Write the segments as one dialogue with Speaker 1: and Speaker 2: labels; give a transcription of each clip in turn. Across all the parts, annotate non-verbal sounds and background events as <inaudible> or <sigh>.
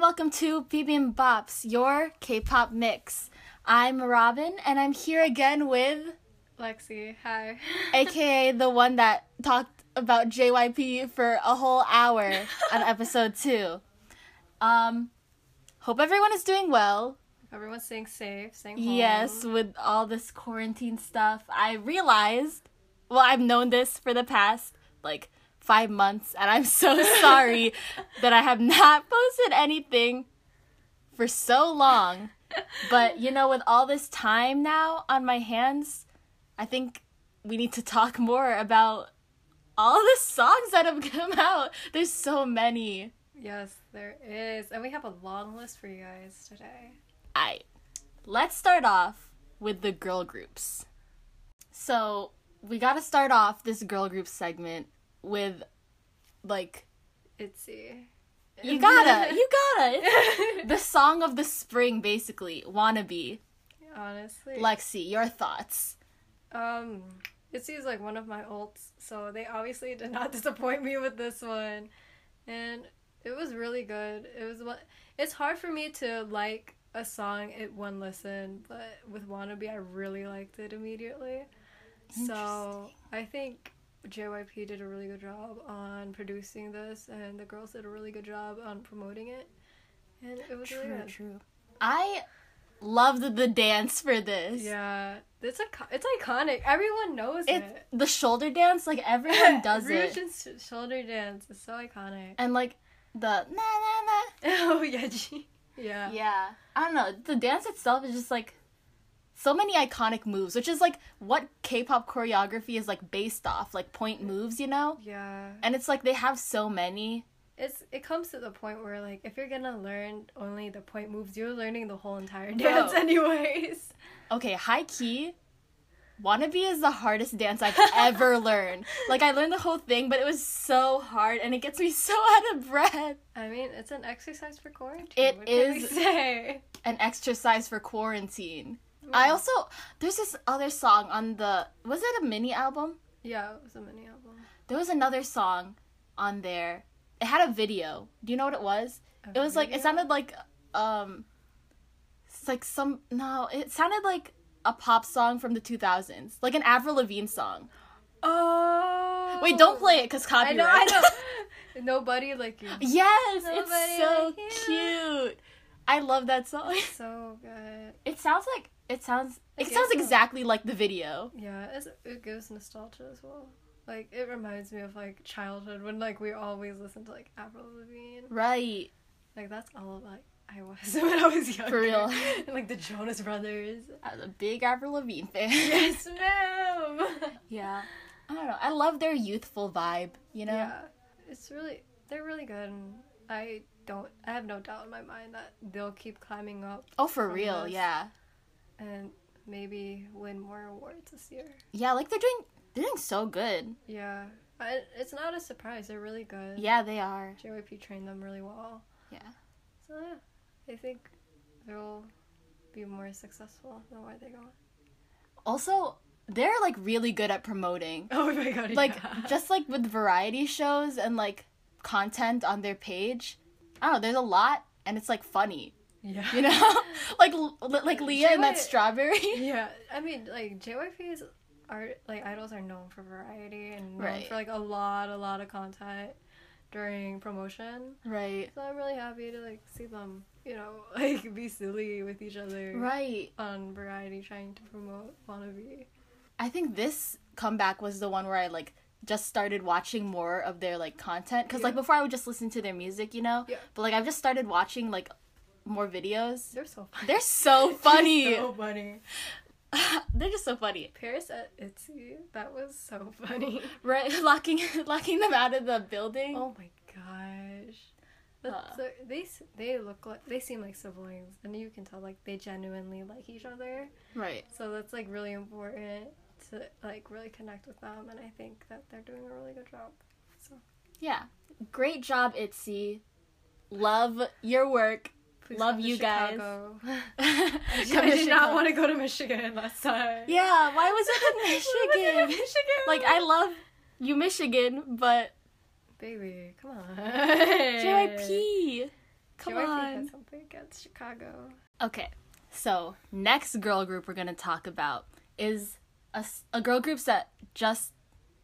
Speaker 1: welcome to Bibimbops, your K-pop mix. I'm Robin, and I'm here again with,
Speaker 2: Lexi, hi. <laughs>
Speaker 1: aka the one that talked about JYP for a whole hour on episode two. Um, hope everyone is doing well.
Speaker 2: Everyone's staying safe, staying home.
Speaker 1: Yes, with all this quarantine stuff, I realized, well, I've known this for the past like five months, and I'm so sorry that I have not posted anything for so long. But you know, with all this time now on my hands, I think we need to talk more about all the songs that have come out. There's so many.
Speaker 2: Yes, there is. And we have a long list for you guys today.
Speaker 1: I let's start off with the girl groups. So we gotta start off this girl group segment with like
Speaker 2: Itzy.
Speaker 1: you gotta you gotta <laughs> It's the song of the spring basically wannabe
Speaker 2: Honestly.
Speaker 1: Lexi your thoughts
Speaker 2: um Itzy is like one of my ults, so they obviously did not <laughs> disappoint me with this one. And it was really good. It was what it's hard for me to like a song at one listen, but with Wannabe I really liked it immediately. So I think JYP did a really good job on producing this, and the girls did a really good job on promoting it. And it was really good.
Speaker 1: true I loved the dance for this
Speaker 2: Yeah, it's a it's iconic. Everyone knows
Speaker 1: it
Speaker 2: it.
Speaker 1: the shoulder dance like
Speaker 2: <coughs> <laughs>
Speaker 1: everyone does it
Speaker 2: Ryujin's sh- shoulder dance is so iconic.
Speaker 1: and like the na na na
Speaker 2: <laughs> oh yeah, G. yeah,
Speaker 1: Yeah. I don't know. The dance itself is just like so many iconic moves, which is like what K pop choreography is like based off, like point moves, you know?
Speaker 2: yeah.
Speaker 1: And it's like they have so many.
Speaker 2: It's it comes to the point where like if you're gonna learn only the point moves, you're learning the whole entire dance <laughs> anyways.
Speaker 1: Okay, high key. Wannabe is the hardest dance I've ever learned. Like, I learned the whole thing, but it was so hard and it gets me so <laughs> out of breath.
Speaker 2: I mean, it's an exercise for quarantine.
Speaker 1: It
Speaker 2: what can we
Speaker 1: is-
Speaker 2: say?
Speaker 1: An exercise for quarantine. I also, there's this other song on the, was it a mini album?
Speaker 2: Yeah, it was a mini album.
Speaker 1: there was another song on there. It had a video. Do you know what it was?
Speaker 2: A
Speaker 1: it was like it
Speaker 2: video?
Speaker 1: sounded like um it's like some no, it sounded like a pop song from the 2000s, like an Avril Lavigne song.
Speaker 2: Oh.
Speaker 1: Wait, don't play it cuz
Speaker 2: I
Speaker 1: copyright.
Speaker 2: know, <laughs> I know. Nobody like you.
Speaker 1: <laughs> yes,
Speaker 2: Nobody
Speaker 1: it's so
Speaker 2: like
Speaker 1: cute. I love that song. <laughs>
Speaker 2: So good.
Speaker 1: It sounds like it sounds
Speaker 2: I
Speaker 1: it
Speaker 2: guess
Speaker 1: sounds
Speaker 2: so.
Speaker 1: exactly like the video.
Speaker 2: Yeah, it's, it gives nostalgia as well. Like it reminds me of like childhood when like we always listened to like Avril Lavigne.
Speaker 1: Right.
Speaker 2: Like that's all like I was <laughs> when I was younger.
Speaker 1: real.
Speaker 2: And, like the Jonas Brothers. <laughs>
Speaker 1: I was a big Avril Lavigne fan.
Speaker 2: Yes, ma'am.
Speaker 1: <laughs> yeah. I don't know. I love their youthful vibe, you know?
Speaker 2: Yeah, it's really they're really good. And I don't. I have no doubt in my mind that they'll keep climbing up
Speaker 1: Oh, for
Speaker 2: from
Speaker 1: real,
Speaker 2: this.
Speaker 1: yeah.
Speaker 2: and maybe win more awards this year.
Speaker 1: Yeah, like they're doing they're doing so good.
Speaker 2: Yeah, I, it's not a surprise. They're really good.
Speaker 1: Yeah, they are.
Speaker 2: JYP trained them really well.
Speaker 1: Yeah.
Speaker 2: So yeah, I think they'll be more successful than why they go. <laughs>
Speaker 1: Also, they're like really good at promoting.
Speaker 2: Oh my god!
Speaker 1: Like <laughs>
Speaker 2: <laughs>
Speaker 1: just like with variety shows and like content on their page. I don't know, there's a lot and it's like funny,
Speaker 2: yeah,
Speaker 1: you know? <laughs> like l- li- like Leah and that
Speaker 2: Joy-
Speaker 1: strawberry. <laughs>
Speaker 2: yeah. I mean, like JYP's art, like idols are known for variety and known
Speaker 1: Right.
Speaker 2: for like a lot, a lot of content during promotion.
Speaker 1: right.
Speaker 2: So I'm really happy to like see them, you know, <laughs> like be silly with each other
Speaker 1: Right.
Speaker 2: on variety, trying to promote wannabe.
Speaker 1: I think this comeback was the one where I like just started watching more of their like content cuz like
Speaker 2: Yeah.
Speaker 1: before I would just listen to their music, you know?
Speaker 2: Yeah.
Speaker 1: But like I've just started watching like more videos.
Speaker 2: They're so funny.
Speaker 1: <laughs> They're so funny.
Speaker 2: <laughs> so funny.
Speaker 1: They're just so funny.
Speaker 2: Paris at Itsy, that was so <laughs> funny.
Speaker 1: Right, <laughs> locking locking them out of the building.
Speaker 2: Oh my gosh.
Speaker 1: Huh.
Speaker 2: That's so, they s- they look like they seem like siblings, and you can tell like they genuinely like each other.
Speaker 1: Right.
Speaker 2: So that's like really important to like really connect with them, and I think that they're doing a really good job. So
Speaker 1: Yeah. Great job, Itzy. Love your work. <laughs> Love
Speaker 2: come to
Speaker 1: you guys. <laughs>
Speaker 2: Chicago. <laughs>
Speaker 1: I
Speaker 2: I did not want to go to Michigan last time.
Speaker 1: <laughs>
Speaker 2: <laughs>
Speaker 1: Yeah, why was <laughs>
Speaker 2: Why was
Speaker 1: it
Speaker 2: it
Speaker 1: in <laughs>
Speaker 2: in
Speaker 1: Michigan?
Speaker 2: Michigan.
Speaker 1: like I love you Michigan, but
Speaker 2: baby, come on.
Speaker 1: JYP. Come
Speaker 2: JYP
Speaker 1: on.
Speaker 2: has something against Chicago.
Speaker 1: Okay, so next girl group we're gonna talk about is a, s- a girl group that just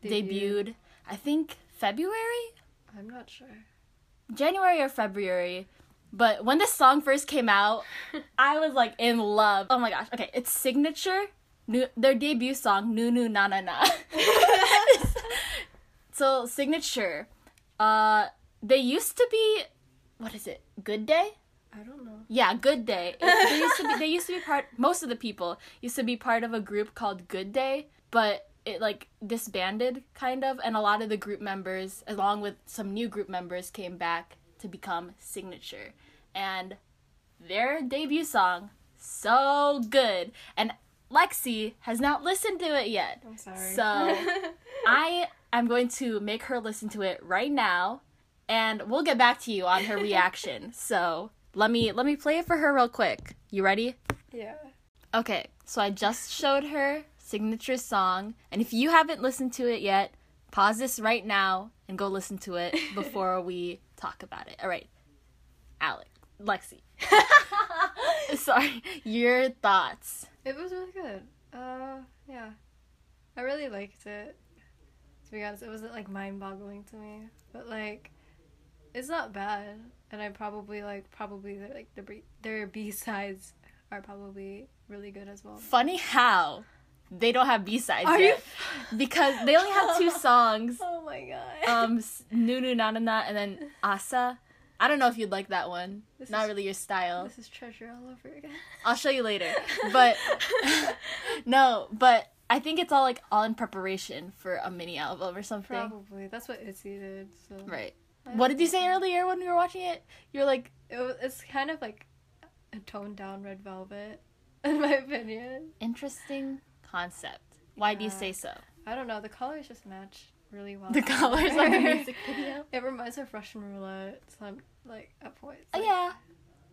Speaker 2: Debuted.
Speaker 1: debuted, I think February,
Speaker 2: I'm not sure.
Speaker 1: January or February. But when this song first came out, I was like in love. Oh my gosh. Okay, it's signature, new, their debut song, Nu Nu Na Na Na. <laughs> so signature, uh, they used to be, what is it? Good Day.
Speaker 2: I don't know.
Speaker 1: Yeah, Good Day. It- they used to be. They used to be part. Most of the people used to be part of a group called Good Day, but it like disbanded kind of, and a lot of the group members, along with some new group members, came back to become Signature, and their debut song so good, and Lexi has not listened to it yet.
Speaker 2: I'm sorry.
Speaker 1: So- I am going to make her listen to it right now, and we'll get back to you on her
Speaker 2: <laughs>
Speaker 1: reaction. so let me let me play it for her real quick. You ready?
Speaker 2: <laughs> yeah.
Speaker 1: Okay. So I just showed her signature song, and if you haven't listened to it yet, pause this right now and go listen to
Speaker 2: <laughs>
Speaker 1: it before we talk about it. All right, Alex,
Speaker 2: <laughs>
Speaker 1: Lexi. Sorry, your thoughts.
Speaker 2: It was really good. Uh, yeah. I really liked it. To be honest, it wasn't like mind boggling to me, but like, it's not bad. And I probably like probably their, like the bre- their B sides are probably really good as well.
Speaker 1: Funny how they don't have B sides.
Speaker 2: Are you
Speaker 1: yet. because they only have
Speaker 2: <laughs>
Speaker 1: two songs.
Speaker 2: Oh my god.
Speaker 1: um s- Nunu Nanana and then Asa. I don't know if you'd like that one.
Speaker 2: This
Speaker 1: Not
Speaker 2: is-
Speaker 1: really your style.
Speaker 2: <laughs> this is treasure all over again. <laughs>
Speaker 1: I'll show you later. But no, but I think it's all like all in preparation for a mini album or something.
Speaker 2: probably that's what Itzy did. So
Speaker 1: Right.
Speaker 2: I
Speaker 1: What
Speaker 2: don't
Speaker 1: did you
Speaker 2: know.
Speaker 1: say earlier when we were watching it? You're like,
Speaker 2: It was, it's kind of like a toned down Red Velvet, <laughs> in my opinion.
Speaker 1: interesting concept. Why do you
Speaker 2: Yeah.
Speaker 1: say
Speaker 2: <laughs>
Speaker 1: so?
Speaker 2: I don't know. The colors just match really well. <laughs>
Speaker 1: The colors on the music video.
Speaker 2: It reminds me of Russian roulette. So I'm like at points.
Speaker 1: Oh
Speaker 2: Like,
Speaker 1: yeah.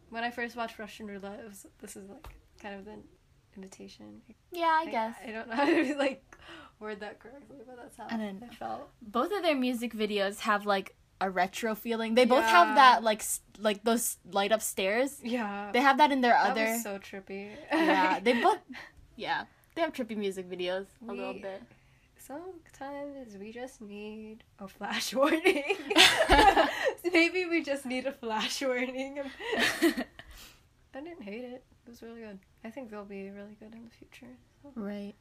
Speaker 2: When I first watched Russian roulette, it was, this is like kind of an imitation.
Speaker 1: Yeah, I guess.
Speaker 2: I, don't know how to <laughs> like word that correctly, but that's how
Speaker 1: I don't
Speaker 2: it felt.
Speaker 1: both of their music videos have like a retro feeling. They both
Speaker 2: Yeah.
Speaker 1: have that like s- like those light up stairs.
Speaker 2: Yeah.
Speaker 1: They have that in their
Speaker 2: that
Speaker 1: other
Speaker 2: was so trippy.
Speaker 1: <laughs>
Speaker 2: <laughs>
Speaker 1: yeah, they both. Yeah, they have trippy music videos a
Speaker 2: We-
Speaker 1: little bit.
Speaker 2: Sometimes we just need a flash
Speaker 1: <laughs>
Speaker 2: <laughs> warning. Maybe we just need a flash warning. <laughs> I didn't hate it. It was really good. I think they'll be really good in the future.
Speaker 1: right.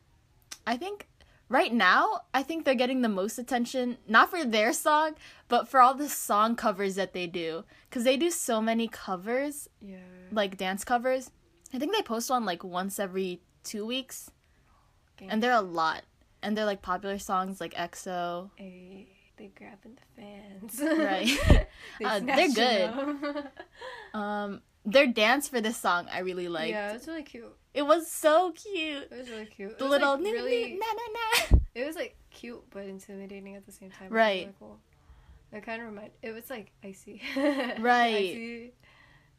Speaker 1: I think right now, I think they're getting the most attention, not for their song, but for all the song covers that they do. Because they do so many covers,
Speaker 2: Yeah.
Speaker 1: like dance covers. I think they post one like once every two weeks,
Speaker 2: Gang.
Speaker 1: and they're a lot. And they're like popular songs like EXO.
Speaker 2: Ay, they grabbing the fans. <laughs>
Speaker 1: Right. <laughs>
Speaker 2: they
Speaker 1: Uh, they're
Speaker 2: snatching
Speaker 1: good. <laughs>
Speaker 2: them.
Speaker 1: Um, their dance for this song I really liked.
Speaker 2: yeah, it's really cute.
Speaker 1: It was so cute.
Speaker 2: It was really cute. It
Speaker 1: The
Speaker 2: was,
Speaker 1: little
Speaker 2: like,
Speaker 1: "Nee, nee,
Speaker 2: really,
Speaker 1: na na
Speaker 2: <laughs>
Speaker 1: na.
Speaker 2: It was like cute but intimidating at the same time. It was
Speaker 1: Right.
Speaker 2: really cool. It kind of remind. It was like icy. <laughs>
Speaker 1: Right.
Speaker 2: Icy.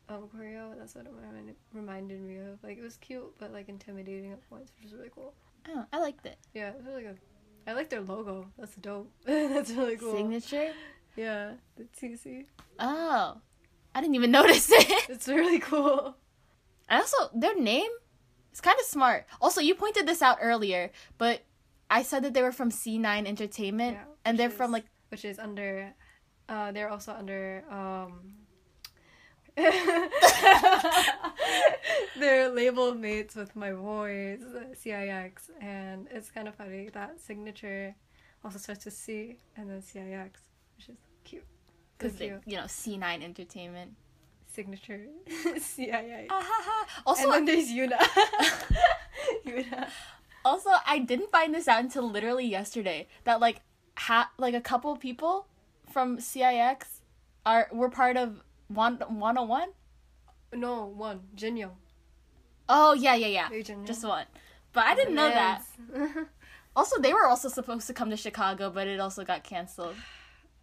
Speaker 2: Um, choreo. That's what it reminded, reminded me of. Like it was cute but like intimidating at points, which was really cool.
Speaker 1: Oh, I liked it.
Speaker 2: Yeah, it was really good. I like their logo. That's dope. <laughs> That's really cool.
Speaker 1: Signature.
Speaker 2: Yeah, the TC.
Speaker 1: Oh, I didn't even <laughs> notice it.
Speaker 2: It's really cool.
Speaker 1: I also their name is kind of smart. Also, you pointed this out earlier, but I said that they were from C9 Entertainment,
Speaker 2: Yeah,
Speaker 1: and
Speaker 2: which
Speaker 1: they're from
Speaker 2: is-
Speaker 1: like
Speaker 2: which is under. Uh, they're also under. Um, <laughs> they're label mates with my voice, CIX, and it's kind of funny that signature also starts with C and then CIX, which is cute.
Speaker 1: because
Speaker 2: Really
Speaker 1: they
Speaker 2: cute.
Speaker 1: you know C9 Entertainment.
Speaker 2: signature <laughs> CIX.
Speaker 1: <laughs> Ah, ha, ha. Also,
Speaker 2: <laughs> and then there's <laughs> Yuna. Yuna.
Speaker 1: also I didn't find this out until literally yesterday that like ha- like a couple people from CIX are were part of one 101.
Speaker 2: No, one. Jinyoung.
Speaker 1: Oh yeah, yeah, yeah.
Speaker 2: Hey, Jinyoung.
Speaker 1: Just one. But I didn't know that.
Speaker 2: Yes. <laughs>
Speaker 1: Also, they were also supposed to come to Chicago, but it also got canceled.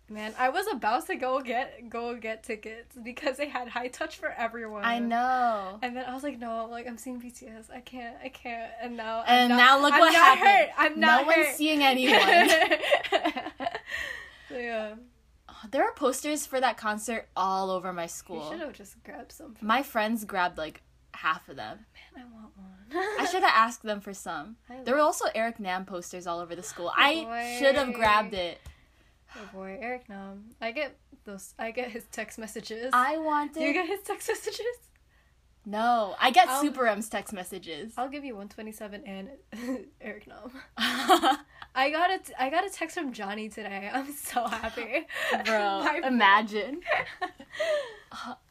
Speaker 2: Man, I was about to go get go get tickets because they had high touch for everyone.
Speaker 1: I know.
Speaker 2: And then I was like, no, like I'm seeing BTS. I can't, I can't. And now,
Speaker 1: And
Speaker 2: I'm
Speaker 1: now
Speaker 2: not,
Speaker 1: look
Speaker 2: I'm
Speaker 1: what
Speaker 2: not
Speaker 1: happened.
Speaker 2: <laughs> Hurt. I'm
Speaker 1: no
Speaker 2: not
Speaker 1: one's
Speaker 2: hurt.
Speaker 1: seeing anyone.
Speaker 2: so yeah,
Speaker 1: <sighs> There are posters for that concert all over my
Speaker 2: You
Speaker 1: school.
Speaker 2: should have just grabbed some.
Speaker 1: My friends grabbed like half of them.
Speaker 2: Man, I want one. <laughs>
Speaker 1: I should have asked them for <laughs> some.
Speaker 2: I
Speaker 1: There were also Eric Nam posters all over the school. I should have
Speaker 2: Boy.
Speaker 1: grabbed it.
Speaker 2: Oh boy, Eric Nam. I get those. I get his text messages.
Speaker 1: I
Speaker 2: Do you
Speaker 1: wanted
Speaker 2: get his text messages?
Speaker 1: no. I get
Speaker 2: I'll-
Speaker 1: Super M's text messages.
Speaker 2: I'll give you 127 and <laughs> Eric Nam.
Speaker 1: Oh. <laughs>
Speaker 2: I got a t- I got a text from Johnny today. <laughs> I'm so happy,
Speaker 1: <laughs> Bro,
Speaker 2: <laughs> My-
Speaker 1: imagine. <sighs>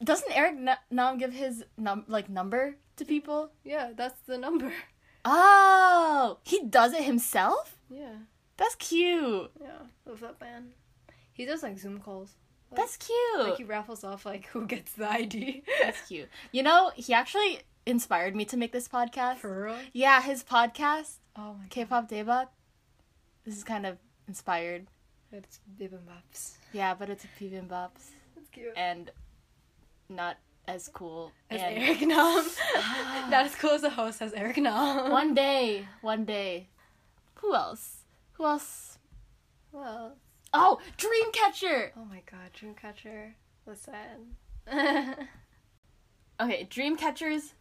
Speaker 1: Doesn't Eric Na- Nam give his num like number to people?
Speaker 2: yeah, that's the number.
Speaker 1: Oh, he does it himself.
Speaker 2: Yeah,
Speaker 1: That's cute.
Speaker 2: yeah. Love that man. He does like Zoom calls.
Speaker 1: That's cute.
Speaker 2: Like he raffles off like who gets the ID.
Speaker 1: That's cute. You know, he actually inspired me to make this podcast.
Speaker 2: <laughs> For real?
Speaker 1: yeah, his podcast,
Speaker 2: Oh my god.
Speaker 1: K-pop Daebak. This is kind of inspired.
Speaker 2: It's bibimbaps.
Speaker 1: Yeah, but it's a bebop's
Speaker 2: That's cute.
Speaker 1: and not as cool.
Speaker 2: As
Speaker 1: and
Speaker 2: Eric Nam. <laughs> Not as cool as the host as Eric Nam.
Speaker 1: <laughs> one day, one day. Who else? Who else?
Speaker 2: Well,
Speaker 1: Oh, Dreamcatcher.
Speaker 2: oh my god, Dreamcatcher. Listen. <laughs> it
Speaker 1: Okay, Dreamcatcher's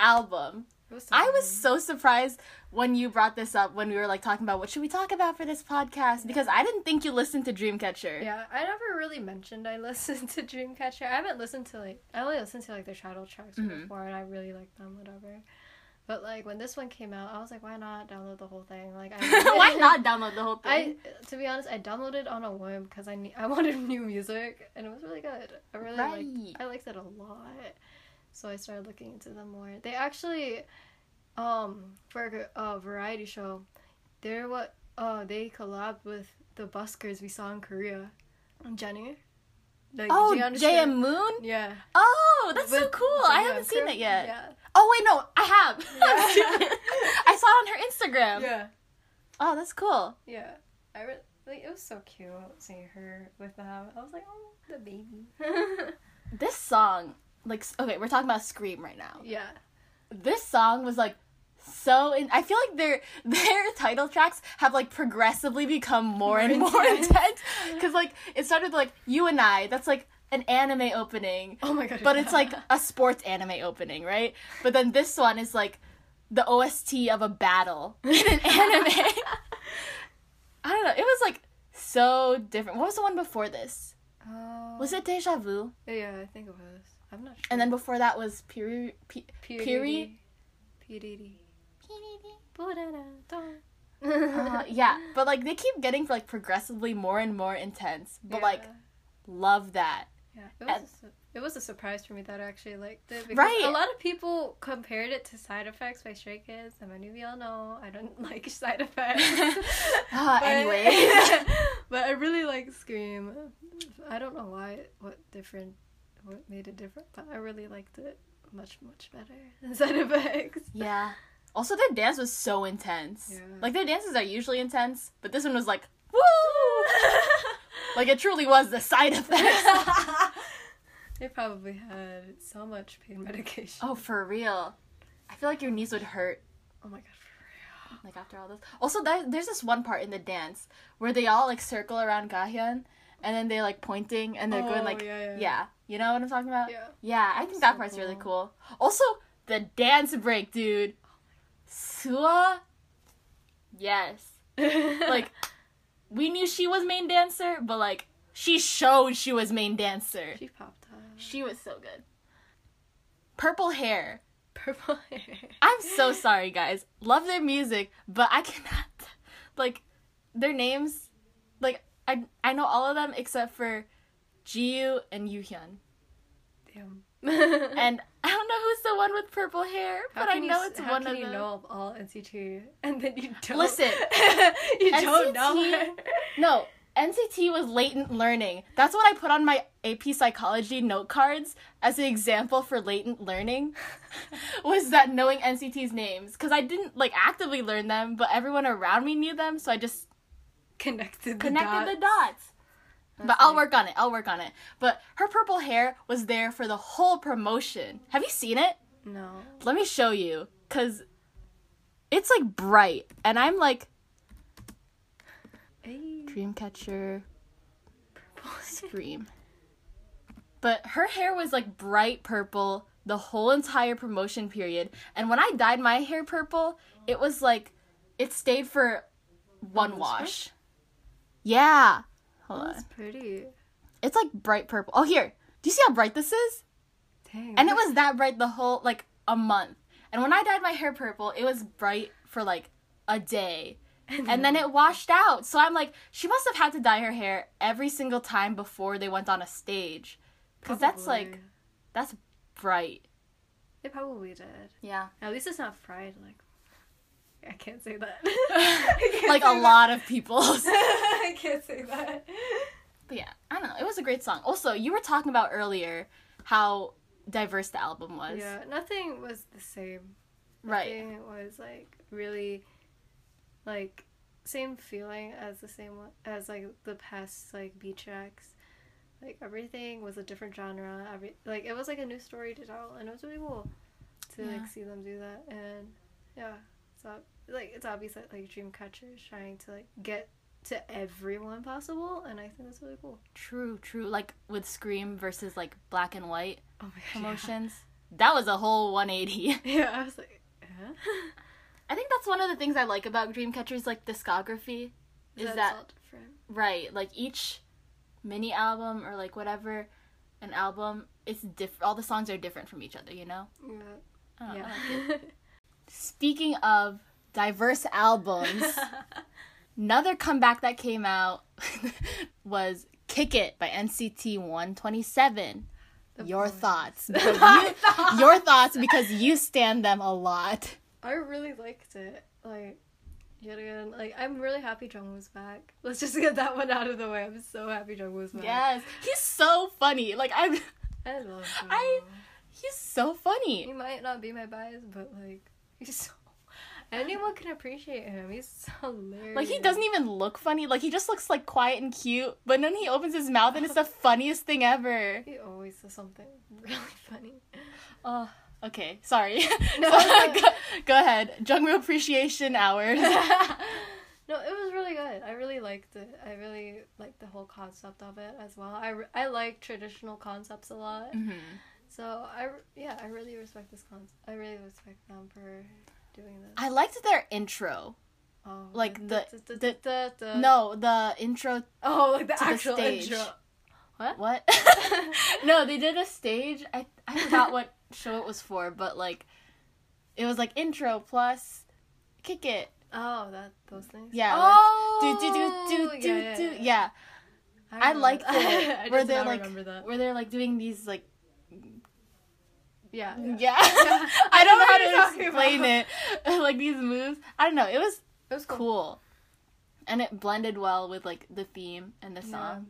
Speaker 1: album.
Speaker 2: was so
Speaker 1: I was
Speaker 2: funny.
Speaker 1: so surprised when you brought this up when we were like talking about what should we talk about for this podcast because I didn't think you listened to Dreamcatcher.
Speaker 2: Yeah, I never really mentioned I <laughs> listened to Dreamcatcher. I haven't listened to like I only listened to like their title tracks
Speaker 1: Mhm.
Speaker 2: before, and I really like them, whatever. But like when this one came out, I was like, why not download the whole thing? Like,
Speaker 1: <laughs>
Speaker 2: I
Speaker 1: <laughs> Why not download the whole
Speaker 2: I
Speaker 1: thing?
Speaker 2: to be honest, I downloaded on a whim because I ne- I <laughs> wanted new music, and it was really good. I really
Speaker 1: Right.
Speaker 2: liked I liked it a lot, so I started looking into them more. They actually, um, for a uh, variety show, they're what uh they collabed with the buskers we saw in Korea, Jenny. Like,
Speaker 1: oh,
Speaker 2: Jiyeon Shin-
Speaker 1: Jay and Moon.
Speaker 2: Yeah.
Speaker 1: Oh, that's so
Speaker 2: With
Speaker 1: cool. I
Speaker 2: Jiyeon
Speaker 1: haven't seen
Speaker 2: Kru-
Speaker 1: it yet.
Speaker 2: Yeah.
Speaker 1: Oh wait, no, I have. <laughs> I'm
Speaker 2: Yeah. <laughs>
Speaker 1: stupid. I saw it on her Instagram.
Speaker 2: Yeah.
Speaker 1: Oh, that's cool.
Speaker 2: Yeah. I re- like it was so cute seeing her with them. I was like, oh,
Speaker 1: <laughs>
Speaker 2: the baby.
Speaker 1: This song, like, s- okay, we're talking about Scream right now.
Speaker 2: yeah.
Speaker 1: This song was like so. In- I feel like their their title tracks have like progressively become more,
Speaker 2: More
Speaker 1: and more
Speaker 2: intense.
Speaker 1: intense. Because like it started like you and I. That's like an anime opening.
Speaker 2: Oh my god.
Speaker 1: but it's
Speaker 2: <laughs>
Speaker 1: like a sports anime opening, right? But then this one is like the OST of a battle in an
Speaker 2: <laughs>
Speaker 1: anime. I don't know. It was like so different. What was the one before this?
Speaker 2: Oh.
Speaker 1: Was it Deja Vu?
Speaker 2: Yeah, I think it was. I'm not sure. E
Speaker 1: And then before that was Piri. P- Piri?
Speaker 2: Piri. <laughs>
Speaker 1: Uh, yeah, but like they keep getting like progressively more and more intense. But like love
Speaker 2: <laughs>
Speaker 1: that.
Speaker 2: yeah. It, was a, su- it was a surprise for me that I actually liked it. Because
Speaker 1: Right.
Speaker 2: A lot of people compared it to Side Effects by Stray Kids, and many of y'all know I don't <laughs> like Side Effects. <laughs>
Speaker 1: Uh,
Speaker 2: But-
Speaker 1: anyway,
Speaker 2: <laughs> but I really like Scream. I don't know why, what different, what made it different, but I really liked it much, much better <laughs> than Side Effects. <laughs>
Speaker 1: yeah. Also, their dance was so intense.
Speaker 2: Yeah.
Speaker 1: Like their dances are usually intense, but this one was like
Speaker 2: <laughs>
Speaker 1: woo. Like it truly was the side effects. <laughs>
Speaker 2: they probably had so much pain medication.
Speaker 1: oh, for real. I feel like your knees would hurt
Speaker 2: Oh my god, for
Speaker 1: like after all this. Also, that, there's this one part in the dance where they all like circle around Gahyun, and then they like pointing and they're
Speaker 2: Oh,
Speaker 1: going like yeah,
Speaker 2: yeah, yeah.
Speaker 1: You know what I'm talking about?
Speaker 2: real. Yeah.
Speaker 1: Yeah, I think
Speaker 2: so
Speaker 1: that part's really cool. Also, the dance break, dude. Sua. <laughs> Yes. Like, we knew she was main dancer, but like she showed she was main dancer.
Speaker 2: <laughs> she popped
Speaker 1: <laughs>
Speaker 2: up.
Speaker 1: She was so good. Purple hair.
Speaker 2: Purple hair.
Speaker 1: I'm so sorry, guys. Love their music, but I <laughs> cannot. Like, their names, like I I know all of them except for Jiu and Yuhyun,
Speaker 2: Damn.
Speaker 1: <laughs> and I don't know who's the one with purple hair, but I
Speaker 2: can you
Speaker 1: know
Speaker 2: s-
Speaker 1: it's
Speaker 2: how
Speaker 1: one
Speaker 2: can
Speaker 1: of
Speaker 2: you
Speaker 1: them.
Speaker 2: know of all NCT and then you don't
Speaker 1: Listen,
Speaker 2: <laughs> you don't know
Speaker 1: NCT No, NCT was latent learning. That's what I put on my AP psychology note cards as an example for latent learning. <laughs> was that knowing NCT's names because I didn't like actively learn them, but everyone around me knew them, so I just
Speaker 2: <laughs> connected the
Speaker 1: connected the
Speaker 2: dots.
Speaker 1: dots.
Speaker 2: That's
Speaker 1: But I'll
Speaker 2: like-
Speaker 1: work on it. I'll work on it. But her purple hair was there for the whole promotion. Have you seen it?
Speaker 2: No.
Speaker 1: Let me show you cuz it's like bright and I'm like
Speaker 2: Hey.
Speaker 1: Dreamcatcher scream. But her hair was like bright purple the whole entire promotion period. And when I dyed my hair purple, it was like it stayed for one
Speaker 2: this
Speaker 1: wash. Yeah. Hold on.
Speaker 2: That's pretty.
Speaker 1: It's like bright purple. Oh, here. Do you see how bright this is?
Speaker 2: Dang.
Speaker 1: And it was that bright the whole like a month. And when I dyed my hair purple, it was bright for like a day. And then it washed out. So I'm like, she must have had to dye her hair every single time before they went on a stage. Cuz that's like
Speaker 2: Probably.
Speaker 1: that's bright.
Speaker 2: They probably did.
Speaker 1: Yeah.
Speaker 2: At least it's not fried. Like, I can't
Speaker 1: <laughs>
Speaker 2: say that. I
Speaker 1: <laughs>
Speaker 2: can't
Speaker 1: Like a
Speaker 2: say that.
Speaker 1: lot of people. <laughs>
Speaker 2: <laughs> I can't say that.
Speaker 1: But yeah, I don't know. It was a great song. Also, you were talking about earlier how diverse the album was.
Speaker 2: Yeah, nothing was the same.
Speaker 1: Right.
Speaker 2: It was like really, like same feeling as the same one as like the past like B tracks. Like everything was a different genre. Every like it was like a new story to tell, and it was really cool to
Speaker 1: Yeah.
Speaker 2: like see them do that. And yeah, so like it's obvious that like Dreamcatcher is trying to like get to everyone possible, and I think that's really cool.
Speaker 1: True, true. Like with Scream versus like Black and White
Speaker 2: Oh <laughs> my
Speaker 1: promotions. That was a whole 180.
Speaker 2: Yeah, yeah I was like, huh?
Speaker 1: <laughs> I think that's one of the things I like about Dreamcatcher's like discography is
Speaker 2: That's
Speaker 1: that
Speaker 2: all different.
Speaker 1: right, like each mini album or like whatever an album, it's different all the songs are different from each other, you know? Oh, I don't know.
Speaker 2: Yeah.
Speaker 1: Speaking of diverse
Speaker 2: <laughs>
Speaker 1: albums,
Speaker 2: yeah.
Speaker 1: another comeback that came out <laughs> was Kick It by NCT 127. Your
Speaker 2: voice. <laughs>
Speaker 1: thoughts. because you- Your thoughts because you stand them a lot.
Speaker 2: I really liked it. Like, yet again, like I'm really happy Jungwoo's back. <laughs> Let's just get that one out of the way. I'm so happy Jungwoo's back.
Speaker 1: Yes. He's so funny. Like I'm
Speaker 2: I love Jungwoo.
Speaker 1: I- he's so funny.
Speaker 2: He might not be my bias, but like <laughs> he's so. Anyone can appreciate him. He's so hilarious.
Speaker 1: Like he doesn't even look funny. Like he just looks like quiet and cute. But then he opens his mouth and it's the
Speaker 2: <laughs>
Speaker 1: funniest thing ever.
Speaker 2: He always says something <laughs> really funny.
Speaker 1: <laughs>
Speaker 2: <laughs>
Speaker 1: Oh, okay. Sorry. <laughs>
Speaker 2: No.
Speaker 1: So, go, go ahead. Jungwoo appreciation
Speaker 2: <laughs>
Speaker 1: hours. Mm-hmm.
Speaker 2: No, it was really good. I really liked it. I really liked the whole concept of it as well. I, re- I like traditional concepts a lot. So I re- yeah, I really respect this con. I really respect them for doing this.
Speaker 1: I liked their intro.
Speaker 2: Oh,
Speaker 1: like the-
Speaker 2: da- da-
Speaker 1: the-
Speaker 2: da- da-
Speaker 1: No, the intro.
Speaker 2: Oh, like the
Speaker 1: to the
Speaker 2: actual
Speaker 1: stage.
Speaker 2: intro.
Speaker 1: What? <laughs> no, they did a stage. I I forgot what show it was for, but like, it was like intro plus, kick it.
Speaker 2: Oh, that those things.
Speaker 1: Yeah.
Speaker 2: Oh.
Speaker 1: Do do do do do do. Yeah. I
Speaker 2: remember
Speaker 1: liked
Speaker 2: that. <laughs>
Speaker 1: it.
Speaker 2: I
Speaker 1: where
Speaker 2: just
Speaker 1: they're
Speaker 2: now
Speaker 1: like,
Speaker 2: remember that.
Speaker 1: where they're like doing these like,
Speaker 2: Yeah.
Speaker 1: yeah. <laughs>
Speaker 2: yeah. <laughs>
Speaker 1: I don't
Speaker 2: what
Speaker 1: know
Speaker 2: you're
Speaker 1: how to
Speaker 2: talking
Speaker 1: explain
Speaker 2: about.
Speaker 1: it. <laughs> like these moves. I don't know. It was
Speaker 2: It was cool.
Speaker 1: cool, and it blended well with like the theme and the
Speaker 2: Yeah.
Speaker 1: song.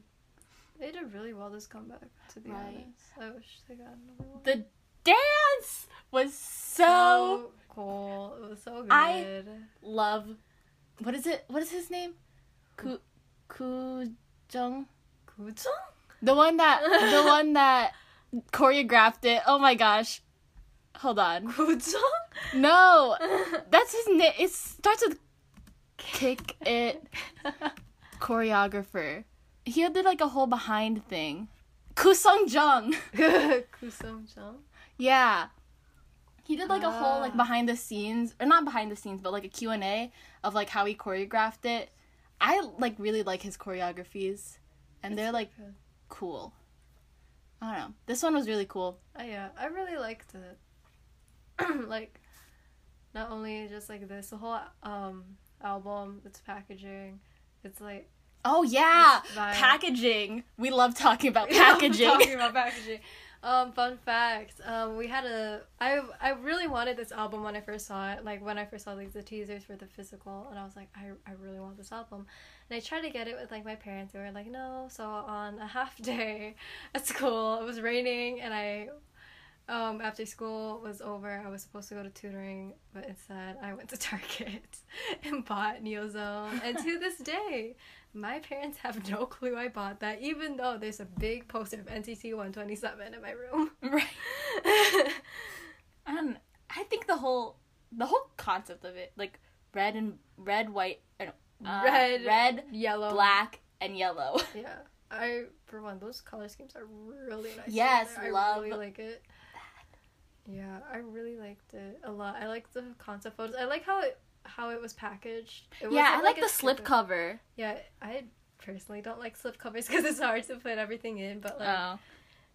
Speaker 2: They did really well this comeback. To be
Speaker 1: Right.
Speaker 2: honest, I wish they got another one.
Speaker 1: The dance was so
Speaker 2: so cool. It was so good.
Speaker 1: I- love. What is it? What is his name? Ku Ku Jung.
Speaker 2: Kuchung?
Speaker 1: The one that the <laughs> one that choreographed it. Oh my gosh. Hold on. <laughs>
Speaker 2: <laughs> Kuchung?
Speaker 1: No. That's his name. It starts with kick it choreographer. He did like a whole behind thing. Kusung Jung. <laughs>
Speaker 2: Kusum Chung.
Speaker 1: Yeah. He did like a whole like
Speaker 2: Ah.
Speaker 1: behind the scenes or not behind the scenes, but like a Q&A of like how he choreographed it. I like really like his choreographies and they're like cool. I don't know. This one was really cool.
Speaker 2: Oh, yeah, I really liked it. <clears throat> like, not only just like this, the whole um album, its packaging, it's like
Speaker 1: Oh yeah,
Speaker 2: It's vile.
Speaker 1: packaging. We love talking
Speaker 2: <laughs>
Speaker 1: about
Speaker 2: talking
Speaker 1: packaging.
Speaker 2: about packaging. Um, fun fact. Um, we had a. I I really wanted this album when I first saw it. Like when I first saw like the teasers for the physical, and I was like, I, I really want this album. And I tried to get it with like my parents. They were like, no. So on a half <laughs> day at school, it was raining, and I, um, after school was over, I was supposed to go to tutoring, but instead I went to <laughs> Target and bought Neozone. And to this day, my parents have no clue I bought that, even though there's a big poster of NCT 127 in my room.
Speaker 1: <laughs> right. Um, I think the whole the whole concept of it, like red and red, white, <laughs> uh, no, uh,
Speaker 2: Red, Oh.
Speaker 1: red,
Speaker 2: Yellow.
Speaker 1: black, and yellow.
Speaker 2: Yeah. I for one, those color schemes are really nice.
Speaker 1: Yes,
Speaker 2: together. I
Speaker 1: love
Speaker 2: really like it. Yeah, I really liked it a lot. I like the concept photos. I like how it how it was packaged. It
Speaker 1: yeah, I
Speaker 2: wasn't
Speaker 1: like
Speaker 2: a
Speaker 1: the slip
Speaker 2: stupid-
Speaker 1: cover.
Speaker 2: Yeah, I personally don't like slip covers because it's hard to put everything in. But like
Speaker 1: Oh.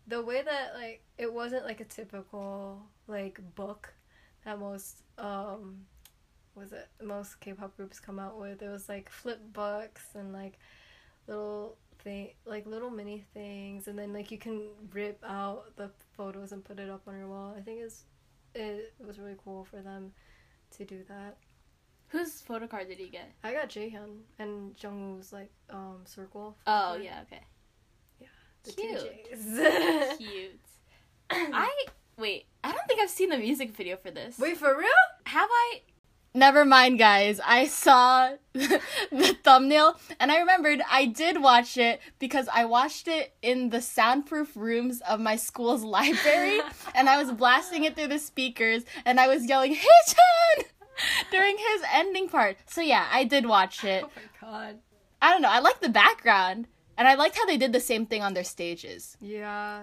Speaker 2: the way that like it wasn't like a typical like book that most um was it most K-pop groups come out with. It was like flip books and like little thing like little mini things and then like you can rip out the photos and put it up on your wall. I think it's it was really cool for them to do that.
Speaker 1: Whose photo card did he get?
Speaker 2: I got Jaehyun and Jungwoo's like um circle.
Speaker 1: Oh,
Speaker 2: photo.
Speaker 1: yeah, okay.
Speaker 2: the
Speaker 1: Cute.
Speaker 2: two
Speaker 1: <laughs>
Speaker 2: Js. <laughs>
Speaker 1: Cute. I wait, I don't think I've seen the music video for this.
Speaker 2: Wait for real?
Speaker 1: have I? Never mind, guys. I saw <laughs> the thumbnail and I remembered I did watch it because I watched it in the soundproof rooms of my school's <laughs> library and I was blasting it through the speakers and I was yelling, Hichan! <laughs> during his ending part. So yeah, I did watch it.
Speaker 2: Oh my god.
Speaker 1: I don't know. I like the background and I liked how they did the same thing on their stages.
Speaker 2: Yeah,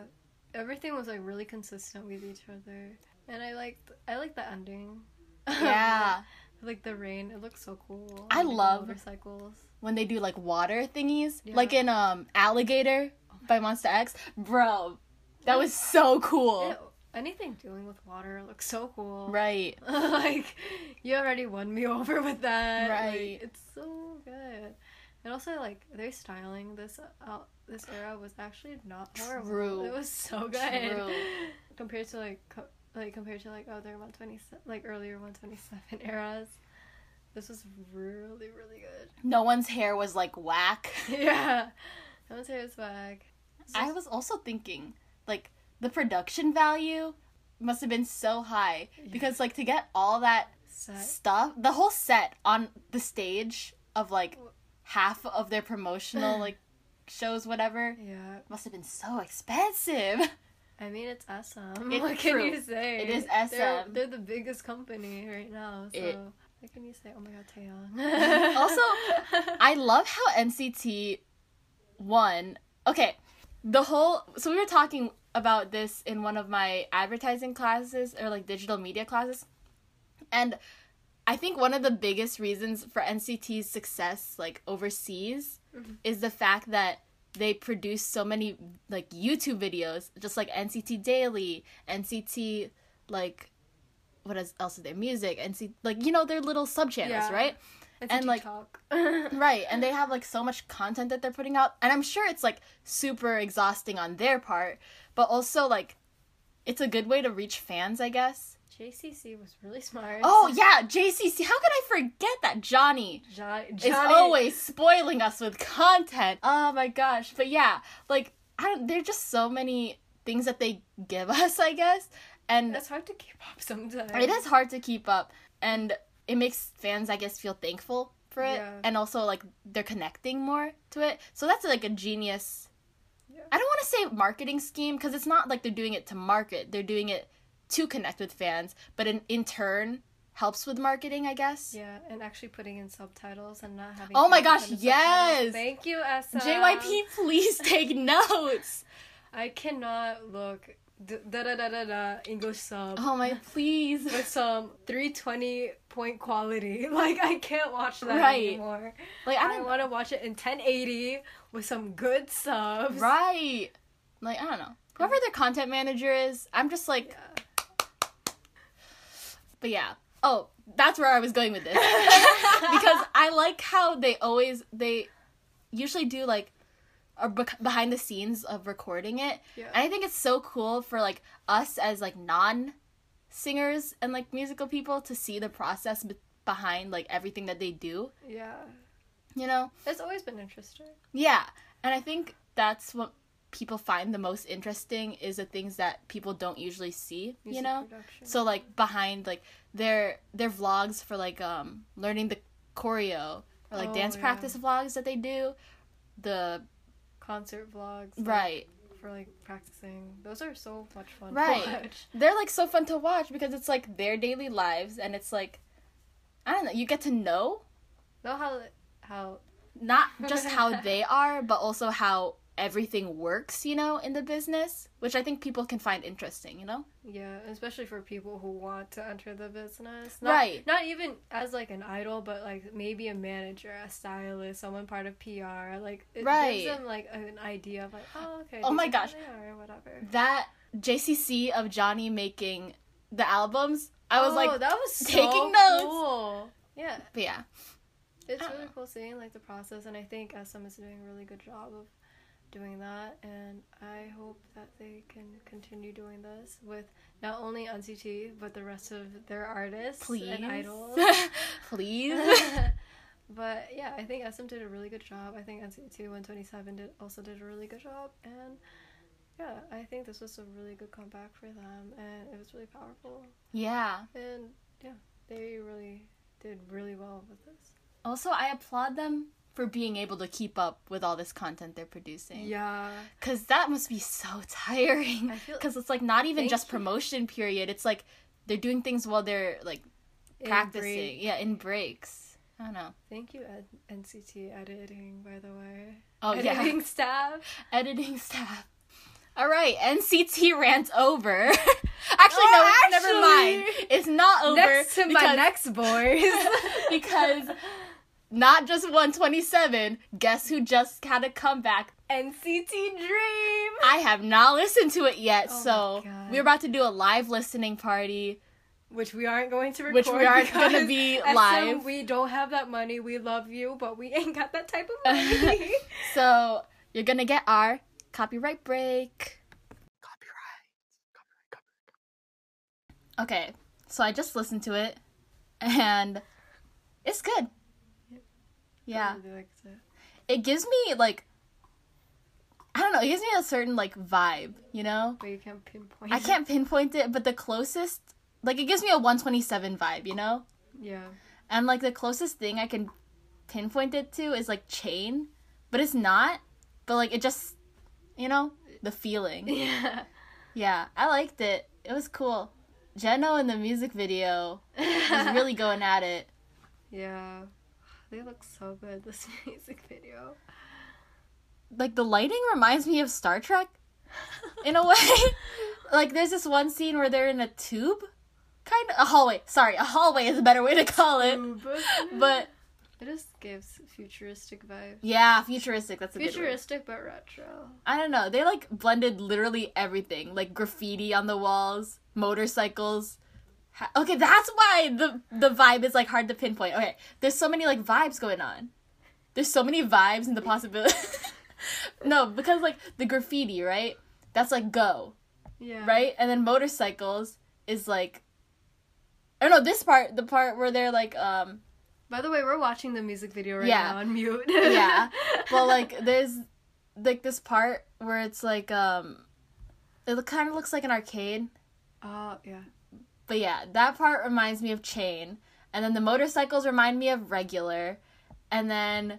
Speaker 2: everything was like really consistent with each other, and I liked I liked the ending. <laughs>
Speaker 1: Yeah.
Speaker 2: like the rain, it looks so cool.
Speaker 1: I
Speaker 2: Like the
Speaker 1: love-
Speaker 2: motorcycles.
Speaker 1: <laughs> when they do like water thingies,
Speaker 2: Yeah.
Speaker 1: like in um Alligator by Monster X, bro, that was so cool.
Speaker 2: Yeah, anything dealing with water looks so cool.
Speaker 1: Right.
Speaker 2: <laughs> like you already won me <laughs> over with that. Like,
Speaker 1: Right.
Speaker 2: it's so good. And also, like their styling this out this era was actually not horrible.
Speaker 1: True.
Speaker 2: It was so good. <laughs>
Speaker 1: True.
Speaker 2: Compared to like co- like compared to like other one twenty seven like earlier one twenty seven <laughs> eras, this was really really good. <laughs>
Speaker 1: No one's hair was like whack.
Speaker 2: yeah, that was hair is whack.
Speaker 1: I was also thinking like the production value must have been so high because like to get all that
Speaker 2: Set.
Speaker 1: stuff, the whole set on the stage of like half of their
Speaker 2: <laughs>
Speaker 1: promotional like shows whatever
Speaker 2: Yeah,
Speaker 1: must have been so expensive. <laughs>
Speaker 2: I mean it's SM. <laughs>
Speaker 1: It-
Speaker 2: what can
Speaker 1: true.
Speaker 2: you say?
Speaker 1: It is
Speaker 2: They're,
Speaker 1: SM.
Speaker 2: they're the biggest company right now. So
Speaker 1: It-
Speaker 2: what can you say? Oh my God, <laughs>
Speaker 1: <laughs>
Speaker 2: Taeyong.
Speaker 1: Also, <laughs> I love how NCT won. Okay, the whole. So we were talking about this in one of my advertising classes or like digital media classes, and I think one of the biggest reasons for NCT's success, like overseas, is the fact that they produce so many like YouTube videos, just like NCT Daily, NCT like what is- else is their music, NCT like you know their little sub channels,
Speaker 2: Yeah.
Speaker 1: right?
Speaker 2: It's
Speaker 1: and, like-
Speaker 2: TikTok.
Speaker 1: <laughs> Right, and they have like so much content that they're putting out, and I'm sure it's like super exhausting on their part, but also like it's a good way to reach fans, I guess.
Speaker 2: JCC was really smart. <laughs>
Speaker 1: Oh yeah, JCC, how could I forget that Johnny,
Speaker 2: Jo-
Speaker 1: is
Speaker 2: Johnny-
Speaker 1: always spoiling us with content. Oh my gosh, but yeah, like I don't, there're just so many things that they give <laughs> us, I guess, and
Speaker 2: That's hard to keep up sometimes.
Speaker 1: it is hard to keep up and it makes fans i guess feel thankful for it
Speaker 2: Yeah.
Speaker 1: and also like they're connecting more to it so that's like a genius
Speaker 2: Yeah.
Speaker 1: i don't want to say marketing scheme because it's not like they're doing it to market they're doing it to connect with fans but in, in turn helps with marketing i guess
Speaker 2: Yeah, and actually putting in subtitles and not having.
Speaker 1: Oh my
Speaker 2: to
Speaker 1: gosh,
Speaker 2: put in
Speaker 1: yes!
Speaker 2: subtitles. Thank you, SM.
Speaker 1: jyp please take <laughs> notes
Speaker 2: I cannot look d- da da da da da English sub
Speaker 1: oh my please
Speaker 2: with some 320 point quality. <laughs> Like I can't watch that
Speaker 1: Right.
Speaker 2: anymore.
Speaker 1: like i
Speaker 2: I,
Speaker 1: don't
Speaker 2: want to watch it in 1080 with some good subs. <laughs>
Speaker 1: right like i don't know whoever their content manager is i'm just like
Speaker 2: Yeah.
Speaker 1: But yeah. Oh, that's where I was going with
Speaker 2: <laughs>
Speaker 1: this. because I like how they always they usually do like a bec- behind the scenes of recording it.
Speaker 2: Yeah.
Speaker 1: And I think it's so cool for like us as like non singers and like musical people to see the process be- behind like everything that they do,
Speaker 2: Yeah.
Speaker 1: you know?
Speaker 2: It's always been interesting.
Speaker 1: Yeah. And I think that's what people find the most interesting is the things that people don't usually see, you
Speaker 2: music
Speaker 1: know?
Speaker 2: production.
Speaker 1: So like behind like their their vlogs for like um learning the choreo or like
Speaker 2: Oh,
Speaker 1: dance
Speaker 2: yeah.
Speaker 1: practice vlogs that they do, the
Speaker 2: concert vlogs. like,
Speaker 1: right
Speaker 2: for like practicing. Those are so much fun
Speaker 1: Right.
Speaker 2: to watch. <laughs>
Speaker 1: they're like so fun to watch because it's like their daily lives and it's like I don't know you get to know
Speaker 2: Know how how <laughs>
Speaker 1: not just how they are but also how everything works, you know, in the business, which I think people can find interesting, you know?
Speaker 2: Yeah, especially for people who want to enter the business. Not,
Speaker 1: Right.
Speaker 2: Not even as like an idol, but like maybe a manager, a stylist, someone part of PR. Like it
Speaker 1: Right.
Speaker 2: gives them like an idea of like, oh okay.
Speaker 1: Oh
Speaker 2: these
Speaker 1: my
Speaker 2: are how
Speaker 1: gosh.
Speaker 2: They are, or whatever.
Speaker 1: That JCC of Johnny making the albums, I was
Speaker 2: Oh,
Speaker 1: like,
Speaker 2: that was so
Speaker 1: taking notes. Ah.
Speaker 2: cool. Yeah,
Speaker 1: but yeah,
Speaker 2: it's
Speaker 1: don't
Speaker 2: really
Speaker 1: know.
Speaker 2: cool seeing like the process, and I think SM is doing a really good job of doing that, and I hope that they can continue doing this with not only NCT but the rest of their artists
Speaker 1: please.
Speaker 2: and idols.
Speaker 1: <laughs>
Speaker 2: <laughs>
Speaker 1: please.
Speaker 2: but yeah, I think SM did a really good job. I think NCT 127 did also did a really good job, and yeah, I think this was a really good comeback for them, and it was really powerful,
Speaker 1: yeah.
Speaker 2: and yeah, they really did really well with this.
Speaker 1: Also, I applaud them for being able to keep up with all this content they're producing.
Speaker 2: Yeah,
Speaker 1: Cause that must be so <laughs> tiring.
Speaker 2: I feel-
Speaker 1: Cause it's like not even
Speaker 2: Thank
Speaker 1: just
Speaker 2: you.
Speaker 1: promotion period. It's like they're doing things while they're like
Speaker 2: In
Speaker 1: practicing.
Speaker 2: brief,
Speaker 1: Yeah, in breaks. I don't know.
Speaker 2: Thank you, Ed- NCT editing, by the way.
Speaker 1: Oh yeah,
Speaker 2: editing staff.
Speaker 1: editing <laughs> staff. All right, NCT rant over. <laughs> actually,
Speaker 2: Oh,
Speaker 1: no, it's never
Speaker 2: actually.
Speaker 1: mind. It's not over because, <laughs>
Speaker 2: next boys.
Speaker 1: because not just 127. Guess who just had a comeback?
Speaker 2: NCT Dream.
Speaker 1: I have not listened to it yet,
Speaker 2: Oh my
Speaker 1: so
Speaker 2: God.
Speaker 1: we're about to do a live listening party.
Speaker 2: which we aren't going to record.
Speaker 1: Which we aren't
Speaker 2: because
Speaker 1: gonna
Speaker 2: <laughs>
Speaker 1: be
Speaker 2: SM,
Speaker 1: live.
Speaker 2: We don't have that money. We love you, but we ain't got that type
Speaker 1: <laughs>
Speaker 2: of money.
Speaker 1: So you're gonna get our copyright break. Okay, so I just listened to it, and it's good. Yeah, it gives me like, I don't know, it gives me a certain like vibe, you know.
Speaker 2: But you can't pinpoint.
Speaker 1: I
Speaker 2: it.
Speaker 1: can't pinpoint it, but the closest, like, it gives me a 127 vibe, you know.
Speaker 2: Yeah.
Speaker 1: And like the closest thing I can pinpoint it to is like chain, but it's not. But like it just, you know, the
Speaker 2: <laughs>
Speaker 1: feeling.
Speaker 2: Yeah.
Speaker 1: Yeah, I liked it. It was cool. Jeno in the music video
Speaker 2: <laughs>
Speaker 1: was really going at it.
Speaker 2: yeah. They look so good. This <laughs> music
Speaker 1: <laughs>
Speaker 2: video.
Speaker 1: Like the lighting reminds me of Star Trek in a way. <laughs> like there's this one scene where they're in a tube, kind of a hallway. Sorry, a hallway is a better way to call it.
Speaker 2: Mm.
Speaker 1: But
Speaker 2: it just gives futuristic vibes.
Speaker 1: yeah, futuristic. That's a good word.
Speaker 2: Futuristic but retro.
Speaker 1: I don't know. They like blended literally everything, like graffiti on the walls, motorcycles. Ha- okay, that's why the the vibe is like hard to pinpoint. Okay, there's so many like vibes going on. There's so many vibes and the possibility. <laughs> no, because like the graffiti, right? That's like go,
Speaker 2: Yeah.
Speaker 1: right? And then motorcycles is like. I don't know this part, the part where they're like, um,
Speaker 2: By the way, we're watching the music video right
Speaker 1: Yeah.
Speaker 2: now on mute.
Speaker 1: Yeah. well like there's like this part where it's like um it kind of looks like an arcade
Speaker 2: <laughs> Oh yeah.
Speaker 1: but yeah that part reminds me of chain and then the motorcycles remind me of regular and then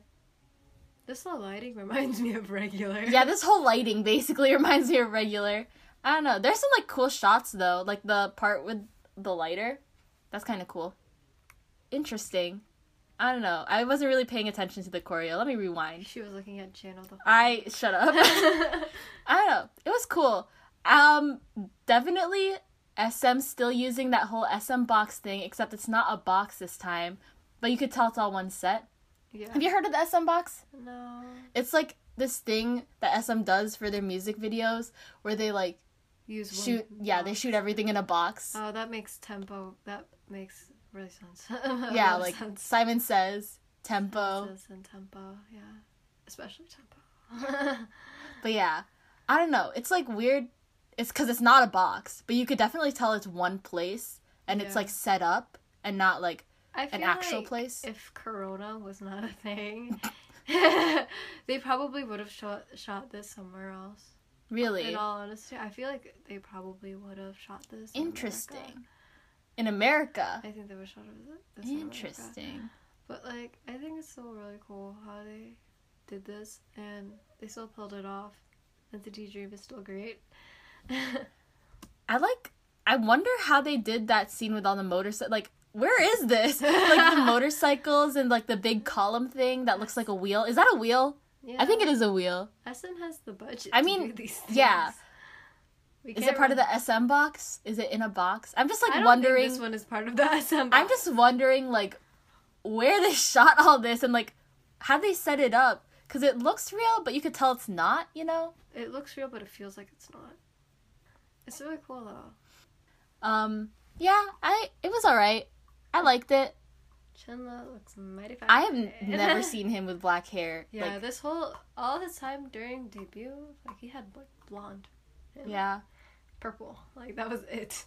Speaker 2: This little lighting reminds me of regular.
Speaker 1: yeah this whole lighting basically <laughs> reminds me of regular i don't know there's some like cool shots though like the part with the lighter that's kind of cool interesting i don't know i wasn't really paying attention to the choreo let me rewind
Speaker 2: She was looking at channel
Speaker 1: <laughs>
Speaker 2: the <laughs>
Speaker 1: i shut up <laughs> I don't know. It was cool. Um, definitely SM still using that whole SM box thing, except it's not a box this time. But you could tell it's all one set.
Speaker 2: yeah.
Speaker 1: Have you heard of the SM box?
Speaker 2: No.
Speaker 1: It's like this thing that SM does for their music videos where they like
Speaker 2: Use one
Speaker 1: shoot yeah, they
Speaker 2: box.
Speaker 1: shoot everything in a box.
Speaker 2: Oh, that makes tempo. That makes really sense. <laughs>
Speaker 1: yeah, like Simon says, tempo.
Speaker 2: Sense and tempo. Yeah, especially tempo. <laughs>
Speaker 1: But yeah, I don't know. It's like weird. It's because it's not a box, but you could definitely tell it's one place and it's
Speaker 2: Yeah.
Speaker 1: like set up and not like
Speaker 2: I feel
Speaker 1: an actual
Speaker 2: like
Speaker 1: place.
Speaker 2: If Corona was not a
Speaker 1: <laughs>
Speaker 2: thing, <laughs> they probably would have shot shot this somewhere else.
Speaker 1: Really?
Speaker 2: In all honesty, I feel like they probably would have shot this. in America.
Speaker 1: Interesting. In America.
Speaker 2: I think they would shot it. This in America.
Speaker 1: Interesting.
Speaker 2: But like, I think it's still really cool how they did this, and they still pulled it off. And the D Dream is still great.
Speaker 1: I like I wonder how they did that scene with all the motorcycle like where is
Speaker 2: <laughs>
Speaker 1: this? like the motorcycles and like the big column thing that looks like a wheel. Is that a wheel?
Speaker 2: Yeah.
Speaker 1: I think it is a wheel.
Speaker 2: Essen has the budget.
Speaker 1: I
Speaker 2: to
Speaker 1: mean,
Speaker 2: do these
Speaker 1: yeah.
Speaker 2: things. We
Speaker 1: Is
Speaker 2: can't
Speaker 1: it part of
Speaker 2: really-
Speaker 1: the SM box? Is it in a box? I'm just like
Speaker 2: I don't
Speaker 1: wondering.
Speaker 2: Think this one is part of the <laughs> SM.
Speaker 1: I'm just wondering like where they <laughs> shot all this and like how they set it up because it looks real, but you could tell it's not. You know.
Speaker 2: It looks real, but it feels like it's not. It's really cool though.
Speaker 1: Um. Yeah. I. It was all right. I liked it.
Speaker 2: Chinla looks mighty fine.
Speaker 1: I have
Speaker 2: <laughs>
Speaker 1: n- never seen him with black hair.
Speaker 2: Yeah,
Speaker 1: Like,
Speaker 2: this whole all his time during debut, like he had like blonde, and
Speaker 1: yeah.
Speaker 2: purple, like that was it.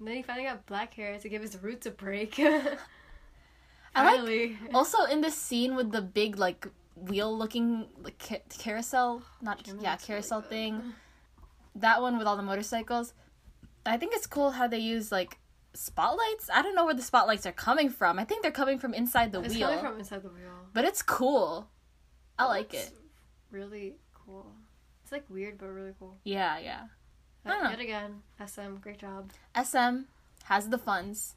Speaker 2: And then he finally got black hair to give his roots a break. <laughs> finally,
Speaker 1: I like. Also, in this scene with the big like wheel-looking like ca- carousel, not
Speaker 2: Jimmy
Speaker 1: yeah
Speaker 2: looks really
Speaker 1: carousel
Speaker 2: good.
Speaker 1: thing, that one with all the motorcycles. I think it's cool how they use like spotlights. I don't know where the spotlights are coming from. I think they're coming from inside the
Speaker 2: It's
Speaker 1: wheel,
Speaker 2: coming from inside the wheel.
Speaker 1: but it's cool. I
Speaker 2: It
Speaker 1: like
Speaker 2: looks
Speaker 1: it.
Speaker 2: Really cool. It's like weird but really cool.
Speaker 1: Yeah, yeah. I
Speaker 2: But
Speaker 1: don't know.
Speaker 2: yet again, SM, great job. <laughs>
Speaker 1: SM has the funds,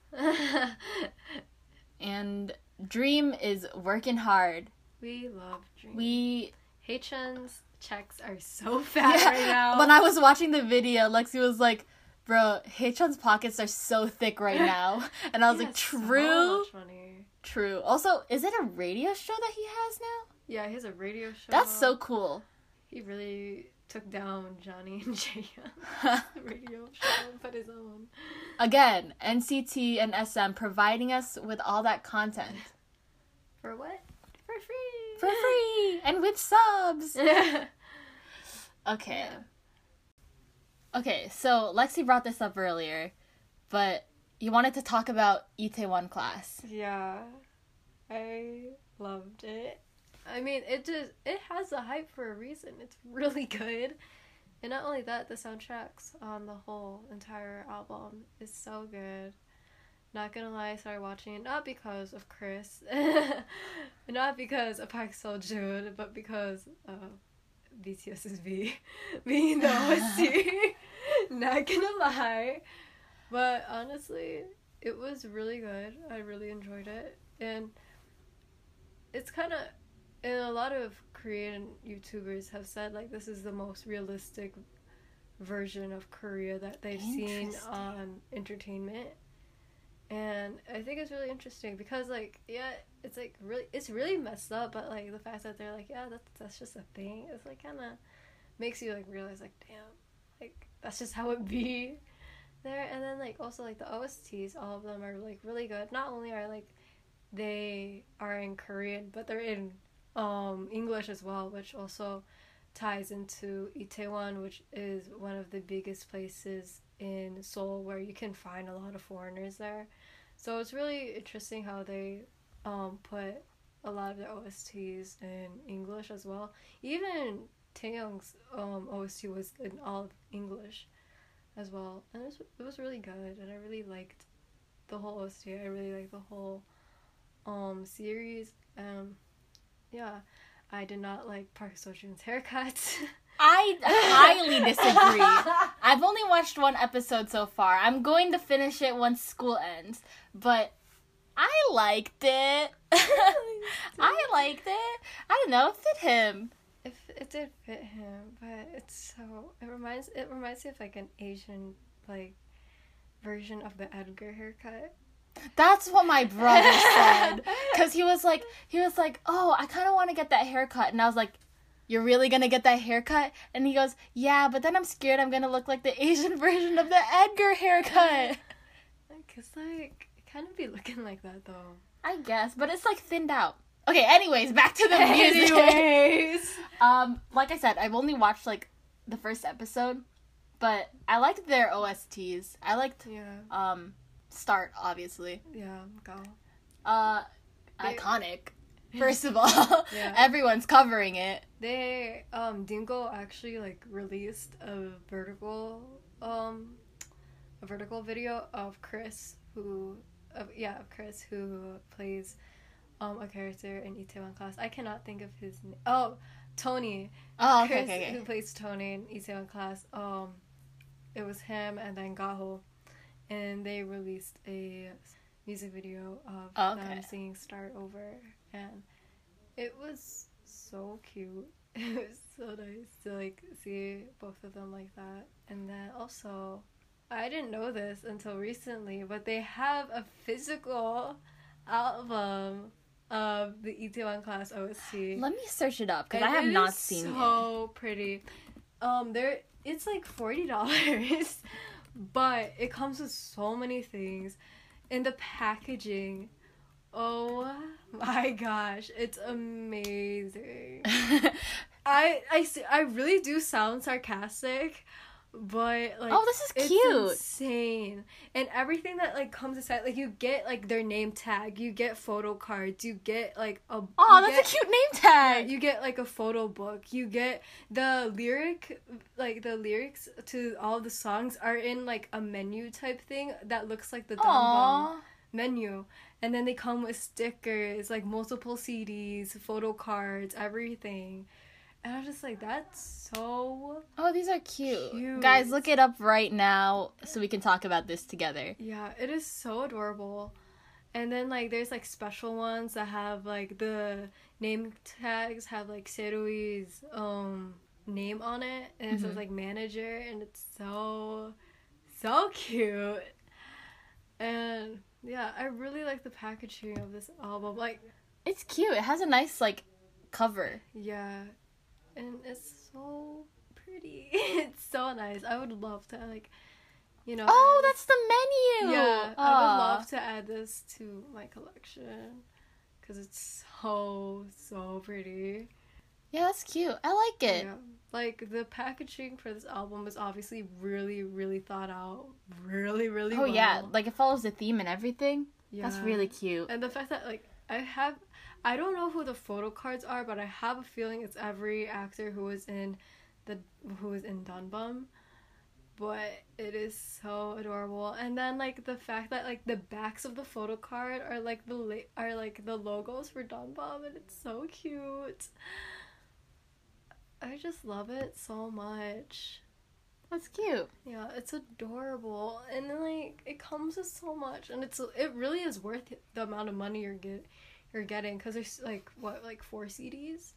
Speaker 1: and Dream is working hard.
Speaker 2: we love Dream.
Speaker 1: We
Speaker 2: Haitian's checks are so <laughs> fat right
Speaker 1: <laughs>
Speaker 2: now.
Speaker 1: When I was watching the video, Lexi was like, "Bro, Haechan's pockets are so thick
Speaker 2: <laughs>
Speaker 1: right now," and I was
Speaker 2: He
Speaker 1: like,
Speaker 2: has so
Speaker 1: "True,
Speaker 2: much money.
Speaker 1: true." Also, is it a radio show that he has now?
Speaker 2: Yeah, he has a radio show.
Speaker 1: That's so
Speaker 2: Uh-huh.
Speaker 1: cool.
Speaker 2: He really took down Johnny <laughs> and Jaya. radio show, but his own.
Speaker 1: <laughs> Again, NCT and SM providing us with all that content
Speaker 2: For what? For free.
Speaker 1: for free and with subs. Okay.
Speaker 2: Yeah.
Speaker 1: Okay, so Lexi brought this up earlier, but you wanted to talk about Itaewon class.
Speaker 2: <laughs> yeah. I loved it. I mean, it just it has a hype for a reason. It's really <laughs> good. And not only that, the soundtracks on the whole entire album is so good. Not gonna lie, I started watching it not because of Chris, <laughs> not because of Park Seo Joon, but because of BTS's V <laughs> being the <laughs> OC. not gonna lie, but honestly, it was really good. I really enjoyed it, and it's kind of and a lot of Korean YouTubers have said like this is the most realistic version of Korea that they've seen
Speaker 1: Interesting.
Speaker 2: on entertainment. And I think it's really interesting because like yeah, it's like really it's really messed up, but like the fact that they're like, yeah, that's that's just a thing. It's like kind of makes you like realize like damn, like that's just how it be <laughs> there and then like also like the OSTs all of them are like really good. Not only are like they are in Korean, but they're in um, English as well, which also ties into Itaewon, which is one of the biggest places in Seoul where you can find a lot of foreigners there. So it's really interesting how they um, put a lot of their OSTs in English as well. Even Taeyong's um, OST was in all English as well, and it was, it was really good, and I really liked the whole OST. I really liked the whole um series. Um, yeah, I did not like Park Seo Joon's haircut.
Speaker 1: I highly disagree. <laughs> I've only watched one episode so far. I'm going to finish it once school ends, but I liked it. <laughs> I liked it. I don't know, it fit him.
Speaker 2: <laughs> If it did fit him, but it's so it reminds it reminds me of like an Asian like version of the Edgar haircut.
Speaker 1: That's what my brother said. Cause he was like, he was like, oh, I kind of want to get that haircut, and I was like, you're really gonna get that haircut? And he goes, yeah, but then I'm scared I'm gonna look like the Asian <laughs> version of the Edgar haircut.
Speaker 2: Cause like it kind of be looking like that though.
Speaker 1: I guess, but it's like thinned out. Okay, anyways, back to
Speaker 2: <laughs>
Speaker 1: the music. Um, like I said, I've only watched like the first episode, but I liked their OSTs. I liked
Speaker 2: yeah,
Speaker 1: um Start obviously.
Speaker 2: yeah, go.
Speaker 1: Uh
Speaker 2: They-
Speaker 1: iconic.
Speaker 2: <laughs>
Speaker 1: First of all,
Speaker 2: Yeah.
Speaker 1: <laughs> everyone's covering it.
Speaker 2: They um Dingo actually like released a vertical um a vertical video of Chris who of yeah of Chris who plays um a character in Itaewon class. I cannot think of his name. Oh, Tony.
Speaker 1: Oh, okay,
Speaker 2: Chris
Speaker 1: okay, okay.
Speaker 2: who plays Tony in Itaewon class. Um it was him and then Gaho and they released a music video of
Speaker 1: Oh, okay.
Speaker 2: them singing Start Over and it was so cute. <laughs> it was so nice to like see both of them like that. And then also, I didn't know this until recently, but they have a physical album of the Itaewon
Speaker 1: <gasps>
Speaker 2: Class OST.
Speaker 1: Let me search it up because I
Speaker 2: And
Speaker 1: have
Speaker 2: it
Speaker 1: not
Speaker 2: is
Speaker 1: seen it.
Speaker 2: So pretty. Um, there it's like forty dollars, <laughs> but it comes with so many things, and the packaging. Oh my gosh, it's amazing.
Speaker 1: <laughs>
Speaker 2: I I s- I really do sound sarcastic, but like
Speaker 1: Oh, this is
Speaker 2: it's
Speaker 1: cute.
Speaker 2: insane. And everything that like comes aside, like you get like their name tag, you get photo cards, you get like a
Speaker 1: oh,
Speaker 2: you
Speaker 1: that's
Speaker 2: get-
Speaker 1: a cute name
Speaker 2: yeah,
Speaker 1: tag.
Speaker 2: you get like a photo book. You get the lyric, like the lyrics to all the songs are in like a menu type thing that looks like the Danbang
Speaker 1: Aw.
Speaker 2: menu, and then they come with stickers, like multiple CDs, photo cards, everything. And I'm just like, that's so
Speaker 1: Oh, these are cute.
Speaker 2: Cute.
Speaker 1: Guys, look it up right now so we can talk about this together.
Speaker 2: yeah, it is so adorable. And then like there's like special ones that have like the name tags have like Serui's um name on it and it says like manager and it's so so cute. And yeah, I really like the packaging of this album. Like
Speaker 1: It's cute. It has a nice like cover.
Speaker 2: yeah. And it's so pretty. <laughs> it's so nice. I would love to like you know
Speaker 1: Oh, that's the menu.
Speaker 2: Yeah, I would
Speaker 1: Aw.
Speaker 2: love to add this to my collection because it's so so pretty.
Speaker 1: Yeah, that's cute. I like it.
Speaker 2: Yeah, like the packaging for this album is obviously really really thought out, really really.
Speaker 1: Oh yeah,
Speaker 2: well.
Speaker 1: like it follows the theme and everything. That's
Speaker 2: Yeah.
Speaker 1: really cute.
Speaker 2: And the fact that like I have, I don't know who the photo cards are, but I have a feeling it's every actor who was in the who was in Dunbum. But it is so adorable, and then like the fact that like the backs of the photo card are like the la- are like the logos for Dunbum, and it's so cute. I just love it so much.
Speaker 1: That's cute.
Speaker 2: Yeah, it's adorable, and then, like it comes with so much, and it's it really is worth it, the amount of money you're get you're getting because there's like what like four CDs,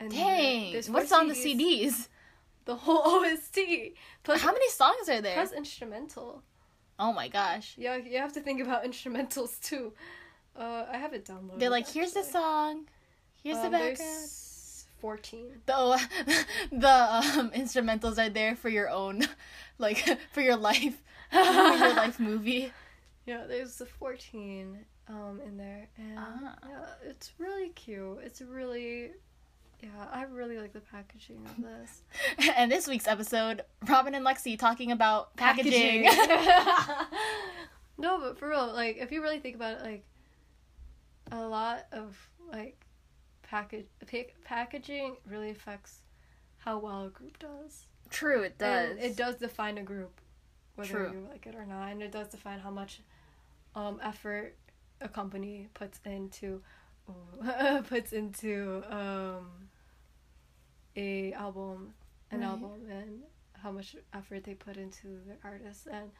Speaker 2: and there-
Speaker 1: Dang,
Speaker 2: there's four
Speaker 1: what's on the
Speaker 2: CDs,
Speaker 1: CDs?
Speaker 2: The whole <laughs> OST plus
Speaker 1: How many songs are there?
Speaker 2: plus instrumental.
Speaker 1: Oh my gosh.
Speaker 2: Yeah, you have to think about <laughs> instrumentals too. Uh, I have it downloaded.
Speaker 1: They're like, here's the
Speaker 2: actually.
Speaker 1: song, here's the
Speaker 2: Um, there's
Speaker 1: background.
Speaker 2: Fourteen.
Speaker 1: The <laughs> the um, instrumentals are there for your own, <laughs> like for your life, <laughs> for
Speaker 2: <laughs>
Speaker 1: your life movie. <laughs>
Speaker 2: Yeah, there's the 14 um in there and
Speaker 1: Ah.
Speaker 2: yeah, it's really cute. It's really yeah, I really like the packaging of this.
Speaker 1: And this week's episode, Robin and Lexi talking about <laughs> packaging.
Speaker 2: <laughs>
Speaker 1: <laughs>
Speaker 2: no, but for real, like if you really think about it like a lot of like package pick, packaging really affects how well a group does.
Speaker 1: True, it
Speaker 2: And it does define a group, whether
Speaker 1: True.
Speaker 2: you like it or not, and it does define how much um, effort a company puts into <laughs> ooh, puts into um, a album, an
Speaker 1: Right.
Speaker 2: album, and how much effort they put into their artists, and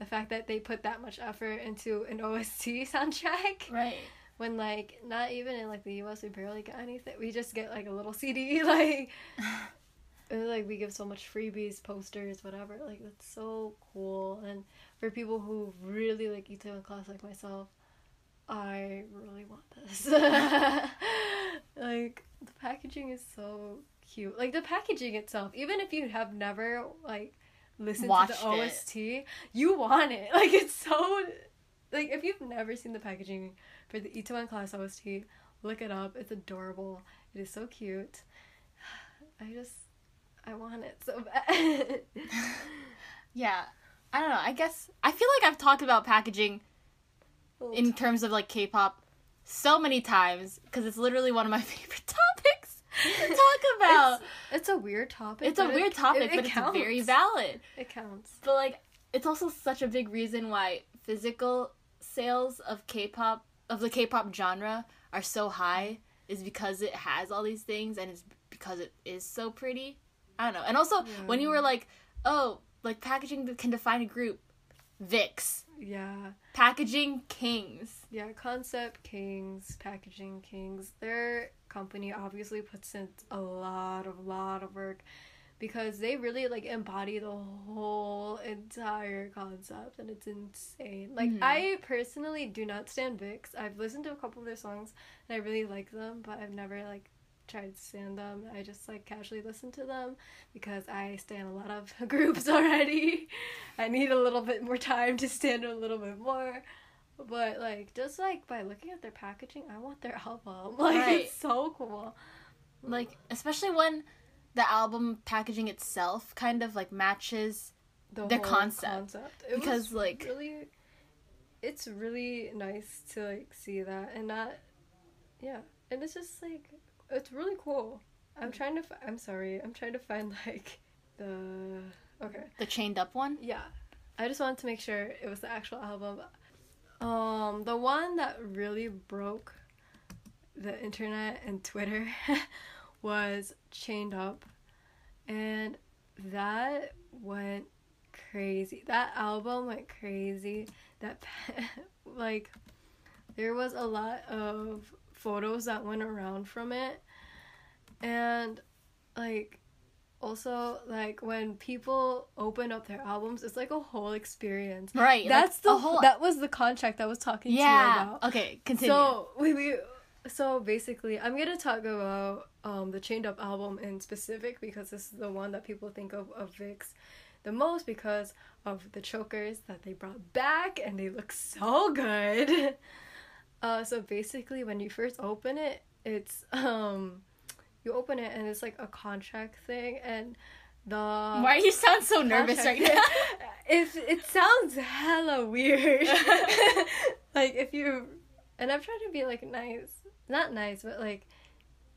Speaker 2: the fact that they put that much effort into an <laughs> OST soundtrack
Speaker 1: Right.
Speaker 2: when like not even in like the US we barely get anything. We just get like a little CD <laughs> like and, like we give so much freebies, posters, whatever. Like that's so cool. And for people who really like Itaewon class like myself, I really want this. <laughs> like the packaging is so cute. Like the packaging itself, even if you have never like listened
Speaker 1: Watched it.
Speaker 2: to the OST, you want it. <laughs> Like it's so like if you've never seen the packaging for the Itaewon class OST, look it up. It's adorable. It is so cute. <sighs> I just I want it
Speaker 1: <laughs>
Speaker 2: so bad.
Speaker 1: Yeah. I don't know. I guess I feel like I've talked about packaging in terms of like K-pop so many times because it's literally one of my <laughs> favorite topics to talk about.
Speaker 2: <laughs> It's, it's a weird topic.
Speaker 1: It's, a
Speaker 2: but it-
Speaker 1: weird topic,
Speaker 2: it- it
Speaker 1: but it's
Speaker 2: counts.
Speaker 1: very valid.
Speaker 2: It counts.
Speaker 1: But like, it's also such a big reason why physical sales of K-pop of the K-pop genre are so high is because it has all these things and it's because it is so pretty. I don't know. And also, when you were like, oh, like packaging can define a group. Vicks.
Speaker 2: Yeah.
Speaker 1: Packaging kings.
Speaker 2: Yeah, Concept Kings, Packaging Kings, their company obviously puts in a lot of lot of work because they really like embody the whole entire concept and it's insane. Like
Speaker 1: Mhm.
Speaker 2: I personally do not stand Vix. I've listened to a couple of their songs and I really like them, but I've never like tried to stand them. I just like casually listen to them because I stand a lot of <laughs> groups already. I need a little bit more time to stand a little bit more. But like just like by looking at their packaging, I want their <laughs> album. Like
Speaker 1: Right.
Speaker 2: it's so cool.
Speaker 1: Like, especially when the album packaging itself kind of like matches. The
Speaker 2: whole
Speaker 1: concept.
Speaker 2: It was
Speaker 1: Because, like-
Speaker 2: really it's really nice to like see that and not yeah. And it's just like it's really cool.
Speaker 1: Mm.
Speaker 2: I'm trying to f- I'm sorry. I'm trying to find <laughs> like the okay.
Speaker 1: The chained up one?
Speaker 2: Yeah. I just wanted to make sure it was the actual album. Um, the one that really broke the internet and Twitter <laughs> was Chained Up. And that went crazy. That album went crazy. That <laughs> like there was a lot of photos that went around from it. And like also like when people open up their albums, it's like a whole experience.
Speaker 1: Right. like,
Speaker 2: That's the
Speaker 1: a whole.
Speaker 2: whole that was the contract I was talking to you
Speaker 1: yeah.
Speaker 2: about.
Speaker 1: Okay, continue.
Speaker 2: So we, we so basically I'm gonna talk about um the Chained Up album in specific because this is the one that people think of of Vix the most because of the chokers that they brought back and they look so good. <laughs> Uh so basically when you first open it, it's <laughs> um you open it and it's like a contract thing and the
Speaker 1: Why you sound
Speaker 2: uh,
Speaker 1: so nervous right
Speaker 2: Contract. <laughs>
Speaker 1: <laughs> now?
Speaker 2: if it sounds hella weird like if you and i've tried to be like nice not nice but like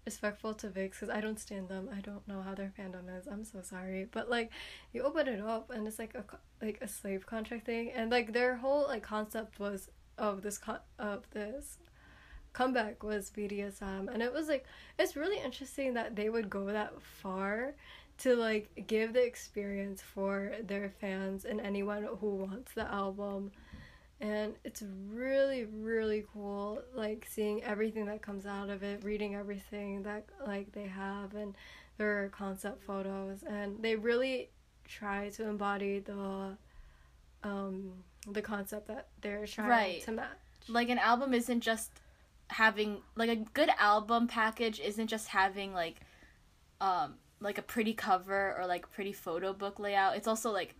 Speaker 2: respectful to vix because i don't stand them i don't know how their fandom is i'm so sorry but like you open it up and it's like a co- like a slave contract thing and like their whole like concept was of this con- of this comeback was bdsm and it was like it's really interesting that they would go that far to like give the experience for their fans and anyone who wants the album and it's really really cool like seeing everything that comes out of it reading everything that like they have and their concept photos and they really try to embody the um the concept that they're trying
Speaker 1: Right.
Speaker 2: to match
Speaker 1: like an album isn't just having like a good album package isn't just having like um like a pretty cover or like pretty photo book layout it's also like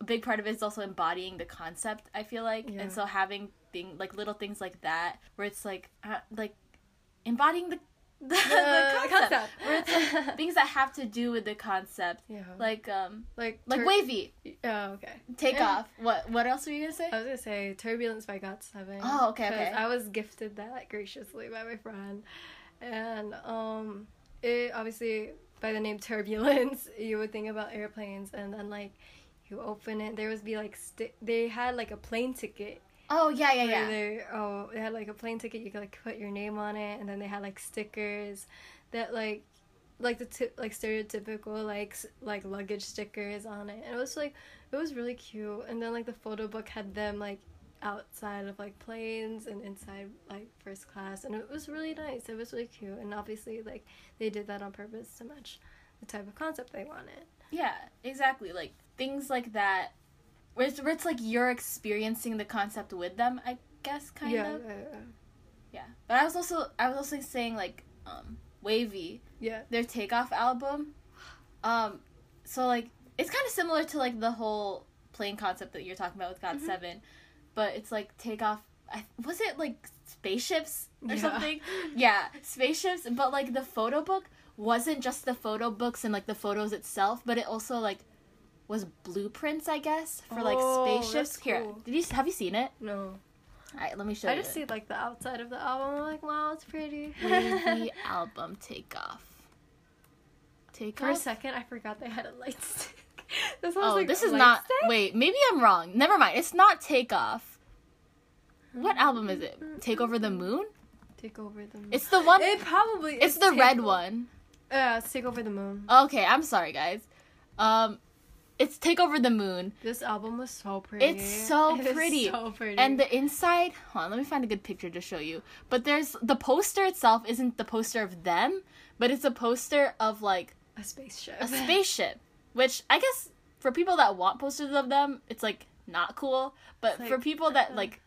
Speaker 1: a big part of it is also embodying the concept i feel like
Speaker 2: Yeah.
Speaker 1: and so having thing like little things like that where it's like uh, like embodying the <laughs> the, <laughs> the
Speaker 2: <laughs> The
Speaker 1: concept, Where it's, like, things that have to do with the concept
Speaker 2: <laughs> yeah
Speaker 1: like um
Speaker 2: like
Speaker 1: like
Speaker 2: tur-
Speaker 1: wavy
Speaker 2: oh okay
Speaker 1: take
Speaker 2: Yeah. Uh,
Speaker 1: off what what else were you gonna say
Speaker 2: I was gonna say Turbulence by God Seven.
Speaker 1: Oh, okay,
Speaker 2: 'cause
Speaker 1: okay.
Speaker 2: I was gifted that graciously by my friend, and um, it obviously by the name Turbulence, <laughs> you would think about airplanes, and then like you open it, there was be like sti they had like a plane ticket.
Speaker 1: oh yeah yeah
Speaker 2: where
Speaker 1: yeah
Speaker 2: They, oh, they had like a plane ticket. You could like put your name on it, and then they had like stickers that like. Like the t- like stereotypical like s- like luggage stickers on it, and it was like it was really cute. And then like the photo book had them like outside of like planes and inside like first class and it was really nice it was really cute and obviously like they did that on purpose to match the type of concept they wanted
Speaker 1: Yeah, exactly. Like things like that, where it's, where it's like you're experiencing the concept with them. I guess kind
Speaker 2: yeah,
Speaker 1: of.
Speaker 2: yeah yeah,
Speaker 1: Yeah. But I was also I was also saying like um Wavy,
Speaker 2: yeah
Speaker 1: their takeoff album. Um, so like it's kind of similar to like the whole plane concept that you're talking about with God
Speaker 2: Mhm.
Speaker 1: Seven, but it's like takeoff. I, was it like spaceships or
Speaker 2: Yeah. <laughs>
Speaker 1: something? Yeah, spaceships. But like the photo book wasn't just the photo books and like the photos itself, but it also like was blueprints, I guess, for like
Speaker 2: Oh,
Speaker 1: spaceships.
Speaker 2: that's
Speaker 1: Here,
Speaker 2: cool.
Speaker 1: did you have you seen it?
Speaker 2: no
Speaker 1: All right, let me show
Speaker 2: i
Speaker 1: you.
Speaker 2: just see like the outside of the album I'm like wow it's pretty <laughs>
Speaker 1: the <laughs> album takeoff. Takeoff.
Speaker 2: for a second i forgot they had a light stick <laughs> this was
Speaker 1: Oh,
Speaker 2: like
Speaker 1: this
Speaker 2: a
Speaker 1: is
Speaker 2: light
Speaker 1: not.
Speaker 2: stick?
Speaker 1: Wait, maybe I'm wrong. Never mind. It's not Takeoff. What album is it? Take Over the Moon?
Speaker 2: take over the moon
Speaker 1: It's the one.
Speaker 2: it probably
Speaker 1: It's
Speaker 2: is
Speaker 1: the
Speaker 2: Take
Speaker 1: red
Speaker 2: O- Uh,
Speaker 1: one.
Speaker 2: yeah it's take over the moon
Speaker 1: Okay, I'm sorry, guys. Um, It's Take Over the Moon.
Speaker 2: This album was so pretty.
Speaker 1: It's
Speaker 2: <laughs>
Speaker 1: so
Speaker 2: is
Speaker 1: pretty.
Speaker 2: so pretty.
Speaker 1: And the inside, hold on, let me find a good picture to show you. But there's the poster itself isn't the poster of them, but it's a poster of like
Speaker 2: a spaceship. <laughs>
Speaker 1: a spaceship, which I guess for people that want posters of them, it's like not cool. But
Speaker 2: It's like, uh,
Speaker 1: for people that like,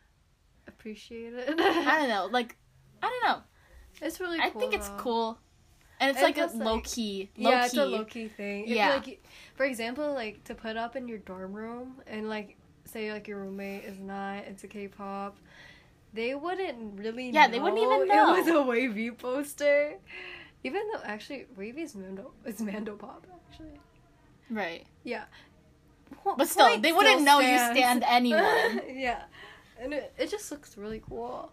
Speaker 2: Appreciate it. <laughs>
Speaker 1: I don't know, like, I don't know.
Speaker 2: it's really.
Speaker 1: I
Speaker 2: cool,
Speaker 1: think it's
Speaker 2: though.
Speaker 1: cool, and it's
Speaker 2: And
Speaker 1: like a
Speaker 2: plus, like-
Speaker 1: low key, low
Speaker 2: yeah,
Speaker 1: key.
Speaker 2: it's a low key thing. If,
Speaker 1: Yeah.
Speaker 2: like, for example, like to put up in your dorm room and like say like your roommate is not into K-pop, they wouldn't really.
Speaker 1: Yeah, they wouldn't even
Speaker 2: it was
Speaker 1: know.
Speaker 2: a wavy poster. Even though actually wavy is mando is mando pop actually.
Speaker 1: right?
Speaker 2: Yeah.
Speaker 1: But still,
Speaker 2: Point
Speaker 1: they wouldn't know you
Speaker 2: stands. <laughs>
Speaker 1: stand anyone.
Speaker 2: yeah, and it, it just looks really cool.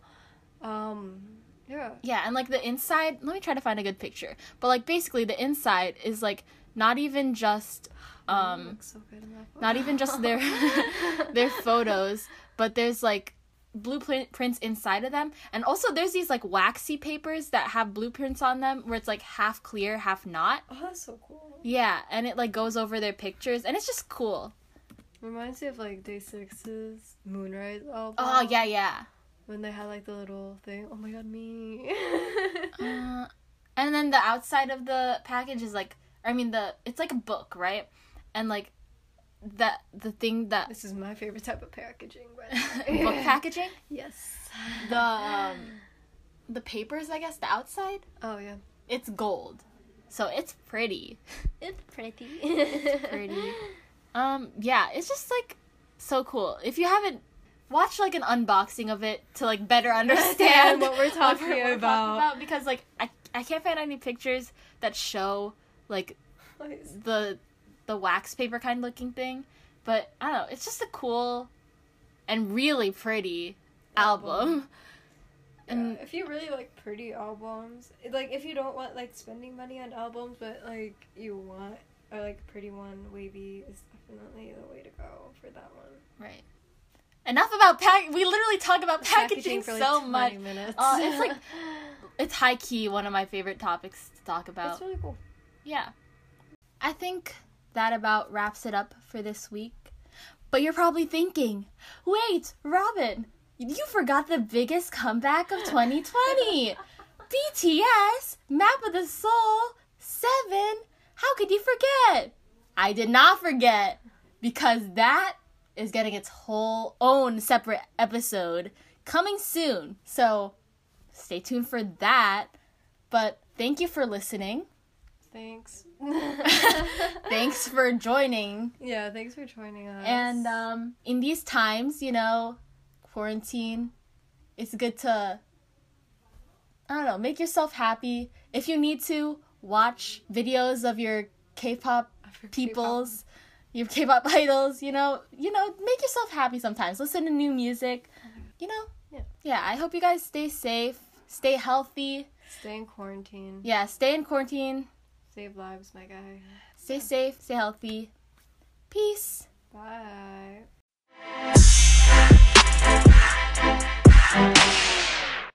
Speaker 2: Um, yeah.
Speaker 1: Yeah, and like the inside, let me try to find a good picture. But like basically the inside is like not even just
Speaker 2: It <laughs>
Speaker 1: um
Speaker 2: looks so good in that photo.
Speaker 1: not even just their <laughs> their photos, but there's like blueprints inside of them. And also there's these like waxy papers that have blueprints on them where it's like half clear, half not.
Speaker 2: <laughs> Oh, that's so cool.
Speaker 1: Yeah, and it like goes over their pictures and it's just cool.
Speaker 2: Reminds me of like Day Six's Moonrise album.
Speaker 1: Oh, yeah, yeah.
Speaker 2: When they had like the little thing. Oh my
Speaker 1: <laughs>
Speaker 2: god, me.
Speaker 1: Uh, and then the outside of the package is like I mean the it's like a book, right? And like that the thing that
Speaker 2: <laughs> this is my favorite type of packaging.
Speaker 1: <laughs>
Speaker 2: But
Speaker 1: book packaging
Speaker 2: Yes.
Speaker 1: the um, the papers i guess the outside
Speaker 2: Oh yeah.
Speaker 1: it's gold so it's pretty
Speaker 2: It's pretty.
Speaker 1: <laughs>
Speaker 2: it's
Speaker 1: pretty um yeah it's just like so cool if you haven't watch like an unboxing of it to like
Speaker 2: <laughs>
Speaker 1: better understand
Speaker 2: what we're talking
Speaker 1: we're
Speaker 2: about.
Speaker 1: because like I, I can't find any pictures that show like the the wax paper kind looking thing but i don't know it's just a cool and really pretty
Speaker 2: Album.
Speaker 1: album
Speaker 2: And
Speaker 1: <laughs> And-
Speaker 2: if you really like pretty albums, like if you don't want like spending money on albums, but like you want a like pretty one, wavy is definitely the way to go for that one.
Speaker 1: Right. Enough about pack. We literally talk about packaging,
Speaker 2: for, like,
Speaker 1: so
Speaker 2: 20
Speaker 1: much.
Speaker 2: Minutes.
Speaker 1: Uh, it's
Speaker 2: <laughs>
Speaker 1: like it's high key one of my favorite topics to talk about.
Speaker 2: it's really cool.
Speaker 1: yeah. I think that about wraps it up for this week. But you're probably thinking, wait, Robin, you forgot the biggest comeback of 2020. BTS, Map of the Soul, Seven. How could you forget? I did not forget because that is getting its whole own separate episode coming soon. So stay tuned for that. But thank you for listening. <laughs>
Speaker 2: Thanks.
Speaker 1: Thanks for joining.
Speaker 2: Yeah, thanks for joining us.
Speaker 1: And um, in these times, you know, quarantine, it's good to, I don't know, make yourself happy. If you need to, watch videos of your K pop
Speaker 2: Of your K-pop.
Speaker 1: peoples, your K pop <laughs> idols, you know, you know, make yourself happy sometimes. Listen to new music, you know?
Speaker 2: Mm-hmm. Yeah.
Speaker 1: Yeah, I hope you guys stay safe, stay healthy.
Speaker 2: stay in quarantine.
Speaker 1: Yeah, stay in quarantine,
Speaker 2: Save lives, my guy.
Speaker 1: stay safe, stay healthy. Peace.
Speaker 2: Bye.